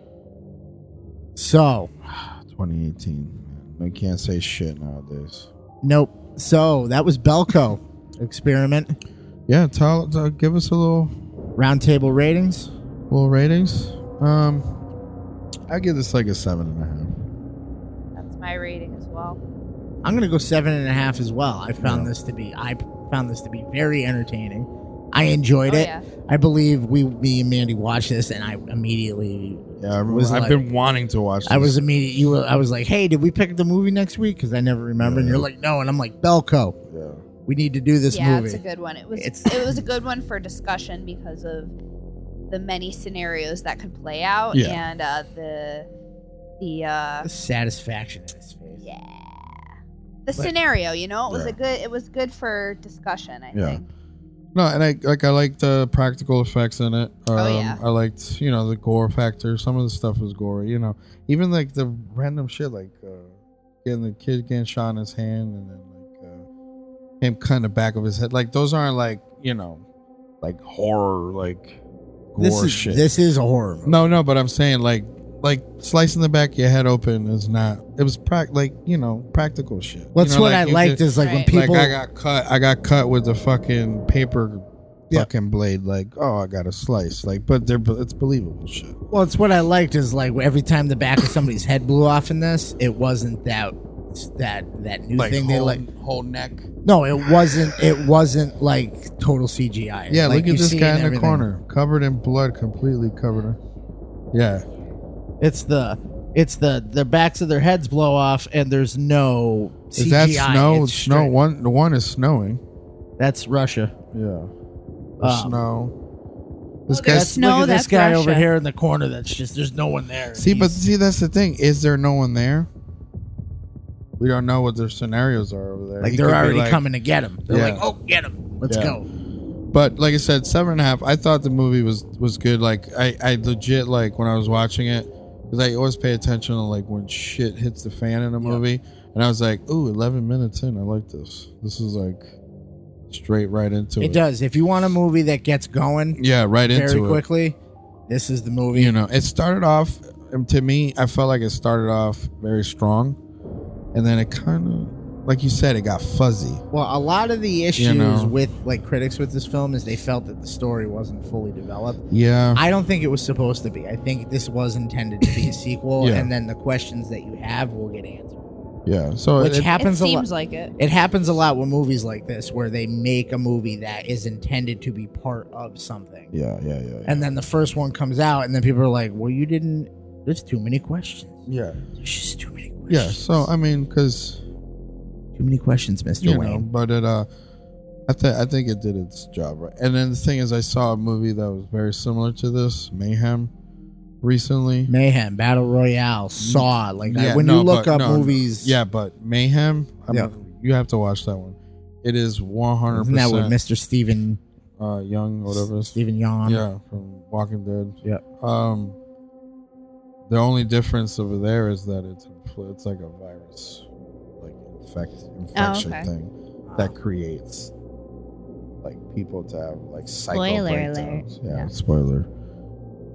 So, 2018. We can't say shit nowadays. nope. So that was Belco experiment. Yeah, tell, tell- give us a little roundtable ratings. Little ratings. Um, I give this like a seven and a half. That's my rating as well. I'm gonna go seven and a half as well. I found this to be I found this to be very entertaining. I enjoyed Oh, it. yeah. I believe we me and Mandy watched this, and I immediately Yeah, I remember, was I've like- been wanting to watch. This. I was immediate. You, were, I was like, "Hey, did we pick the movie next week?" Because I never remember. And you're like, "No," and I'm like, "Belco, Yeah. we need to do this yeah, movie." it's a good one. It was It's- it was a good one for discussion because of the many scenarios that could play out Yeah. and uh, the the uh, The satisfaction in his face. yeah the scenario. You know, it was Yeah. a good it was good for discussion. I Yeah. think. No, and I like I liked the practical effects in it. Um, Oh, yeah. I liked you know the gore factor. Some of the stuff was gory. You know, even like the random shit like uh, getting the kid getting shot in his hand and then like uh, him cutting the back of his head. Like those aren't like you know like horror like gore This is shit. this is a horror. Movie. No, no, but I'm saying like like slicing the back of your head open is not. It was prac like you know practical shit. What's you know, what I you liked is, like, when people- I got cut. I got cut with the fucking paper fucking blade. Like oh, I got a slice. Like but they're it's believable shit. Well, it's what I liked is like every time the back of somebody's head blew off in this, it wasn't that that that new Like thing they whole- like. whole neck. No, it wasn't. It wasn't like total CGI. Yeah, Like, look you at this see it guy in the everything. corner, covered in blood, completely covered. In, yeah, It's the it's the the backs of their heads blow off, and there's no CGI. is that snow? It's Snow straight- one. The one is snowing. That's Russia. Yeah, Um, snow. This there's guy's snow, Look at this that's guy Russia. over here in the corner. That's just there's no one there. See, but see, that's the thing. Is there no one there? We don't know what their scenarios are over there. Like He they're could be already like- coming to get him. They're Yeah. like, oh, get him. Let's Yeah. go. But like I said, seven and a half. I thought the movie was was good. Like I, I legit like when I was watching it because I always pay attention to like when shit hits the fan in a movie, and I was like, ooh, 11 minutes in, I like this. This is like straight right into it. It does. If you want a movie that gets going, Yeah, right very into it. quickly. This is the movie. You know, it started off um, to me. I felt like it started off very strong, and then it kind of, like you said, it got fuzzy. Well, a lot of the issues know. with like critics with this film is they felt that the story wasn't fully developed. Yeah. I don't think it was supposed to be. I think this was intended to be a sequel, Yeah. and then the questions that you have will get answered. Yeah. So which it, happens It a lot. seems like it. It happens a lot with movies like this, where they make a movie that is intended to be part of something, Yeah, yeah, yeah. and then the first one comes out, and then people are like, "Well, you didn't. There's too many questions. Yeah. There's just too many. Questions. Yeah. So I mean, because too many questions, Mister you Wayne. know, but it, uh, I think I think it did its job right. And then the thing is, I saw a movie that was very similar to this, Mayhem, recently. Mayhem, Battle Royale, Saw. Like I- Yeah, when no, you look but up no, no. movies, Yeah, but Mayhem, I'm, Yeah. you have to watch that one. It is one hundred isn't that with percent Mister Steven uh, Young, whatever. Steven Young? Yeah, from Walking Dead. Yeah. Um, the only difference over there is that it's infl- it's like a virus, like infect infection okay. thing that creates like people to have like psycho Spoiler alert. breakdowns. Yeah, spoiler.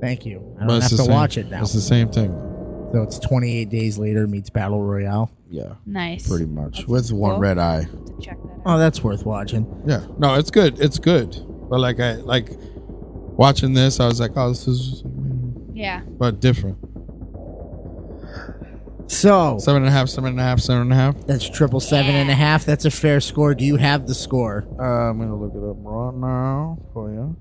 Thank you. I But don't it's have to the same- watch it now. It's the same thing. So it's 28 days later meets Battle Royale. Yeah. Nice. Pretty much with one cool. red eye. Oh, that's worth watching. Yeah. No, it's good. It's good. But like I like watching this, I was like, oh, this is Yeah. but different. So Seven and a half, seven and a half, seven and a half. that's triple seven and a half. That's a fair score. Do you have the score? Uh, I'm gonna look it up right now for you.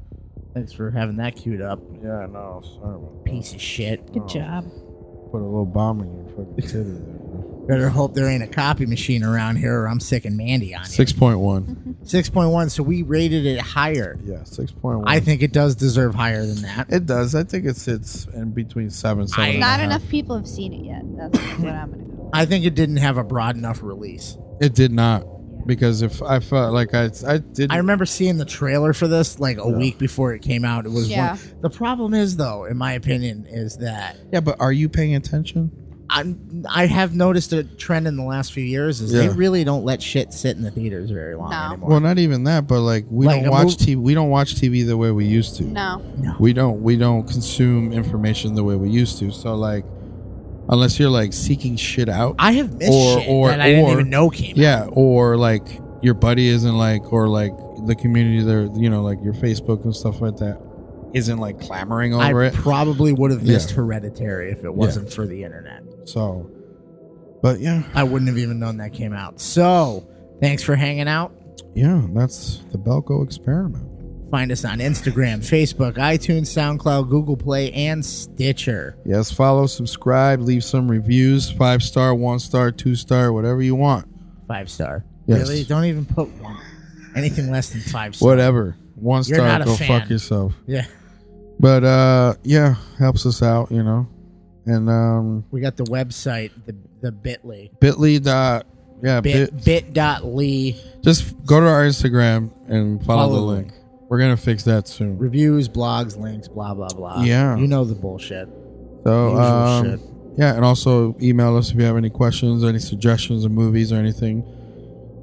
Thanks for having that queued up. Yeah, I know. Sorry about that. Piece of shit. Good job. Put a little bomb in your fucking titty there. Better hope there ain't a copy machine around here, or I'm sicking Mandy on you. Six point one. Six point one. So we rated it higher. Yeah, six point one. I think it does deserve higher than that. it does. I think it sits in between seven, seven. and a Not half. enough people have seen it yet. That's what I'm gonna go. I think it didn't have a broad enough release. It did not because if I felt like I, I did. I remember seeing the trailer for this like a Yeah. week before it came out. It was Yeah. one, the problem is though, in my opinion, is that Yeah, but are you paying attention? I'm, I have noticed a trend in the last few years is they Yeah. really don't let shit sit in the theaters very long anymore. Well, not even that, but like we Like don't a watch mov- TV. We don't watch TV the way we used to. No. We don't. We don't consume information the way we used to. So like, unless you're like seeking shit out, I have missed shit that I didn't even know came. Yeah, or like your buddy isn't like, or like the community there, you know, like your Facebook and stuff like that, isn't like clamoring I over it. probably would have Yeah. missed Hereditary if it wasn't for the internet. So, but yeah, I wouldn't have even known that came out. So, thanks for hanging out. yeah, that's the Belko experiment. Find us on Instagram, Facebook, iTunes, SoundCloud, Google Play, and Stitcher. Yes, follow, subscribe, leave some reviews, five star, one star, two star, whatever you want. Five star. Yes. Really? Don't even put one. Anything less than five star. Whatever, one You're star, not a go fan. fuck yourself. Yeah. But uh, yeah, helps us out, you know, and um, We got the website, the the bitly. Bitly dot yeah bit, Bit bit dot lee Just go to our Instagram and follow, Follow the the link. We're gonna fix that soon. reviews, blogs, links, blah blah blah. Yeah. You know the bullshit. So, Usual um, shit. yeah, and also email us if you have any questions, any suggestions of movies or anything.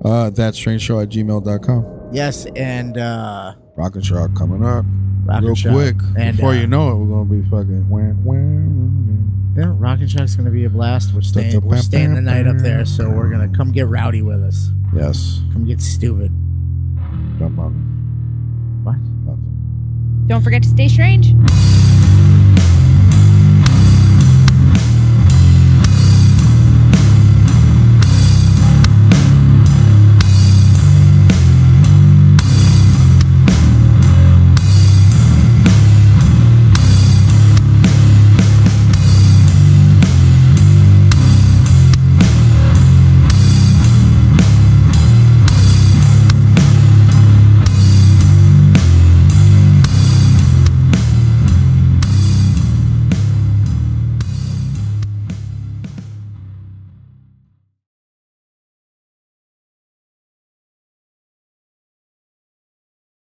Uh, that's strange show at gmail.com. Yes, and uh Rock and Shock coming up Rock and real Shock. quick. And, Before uh, you know it, we're gonna be fucking. wham, wham. yeah, Rock and Shock's gonna be a blast. We're staying we're staying the night up there, so we're gonna come get rowdy with us. Yes, Come get stupid. jump on. What? Nothing. Don't forget to stay strange.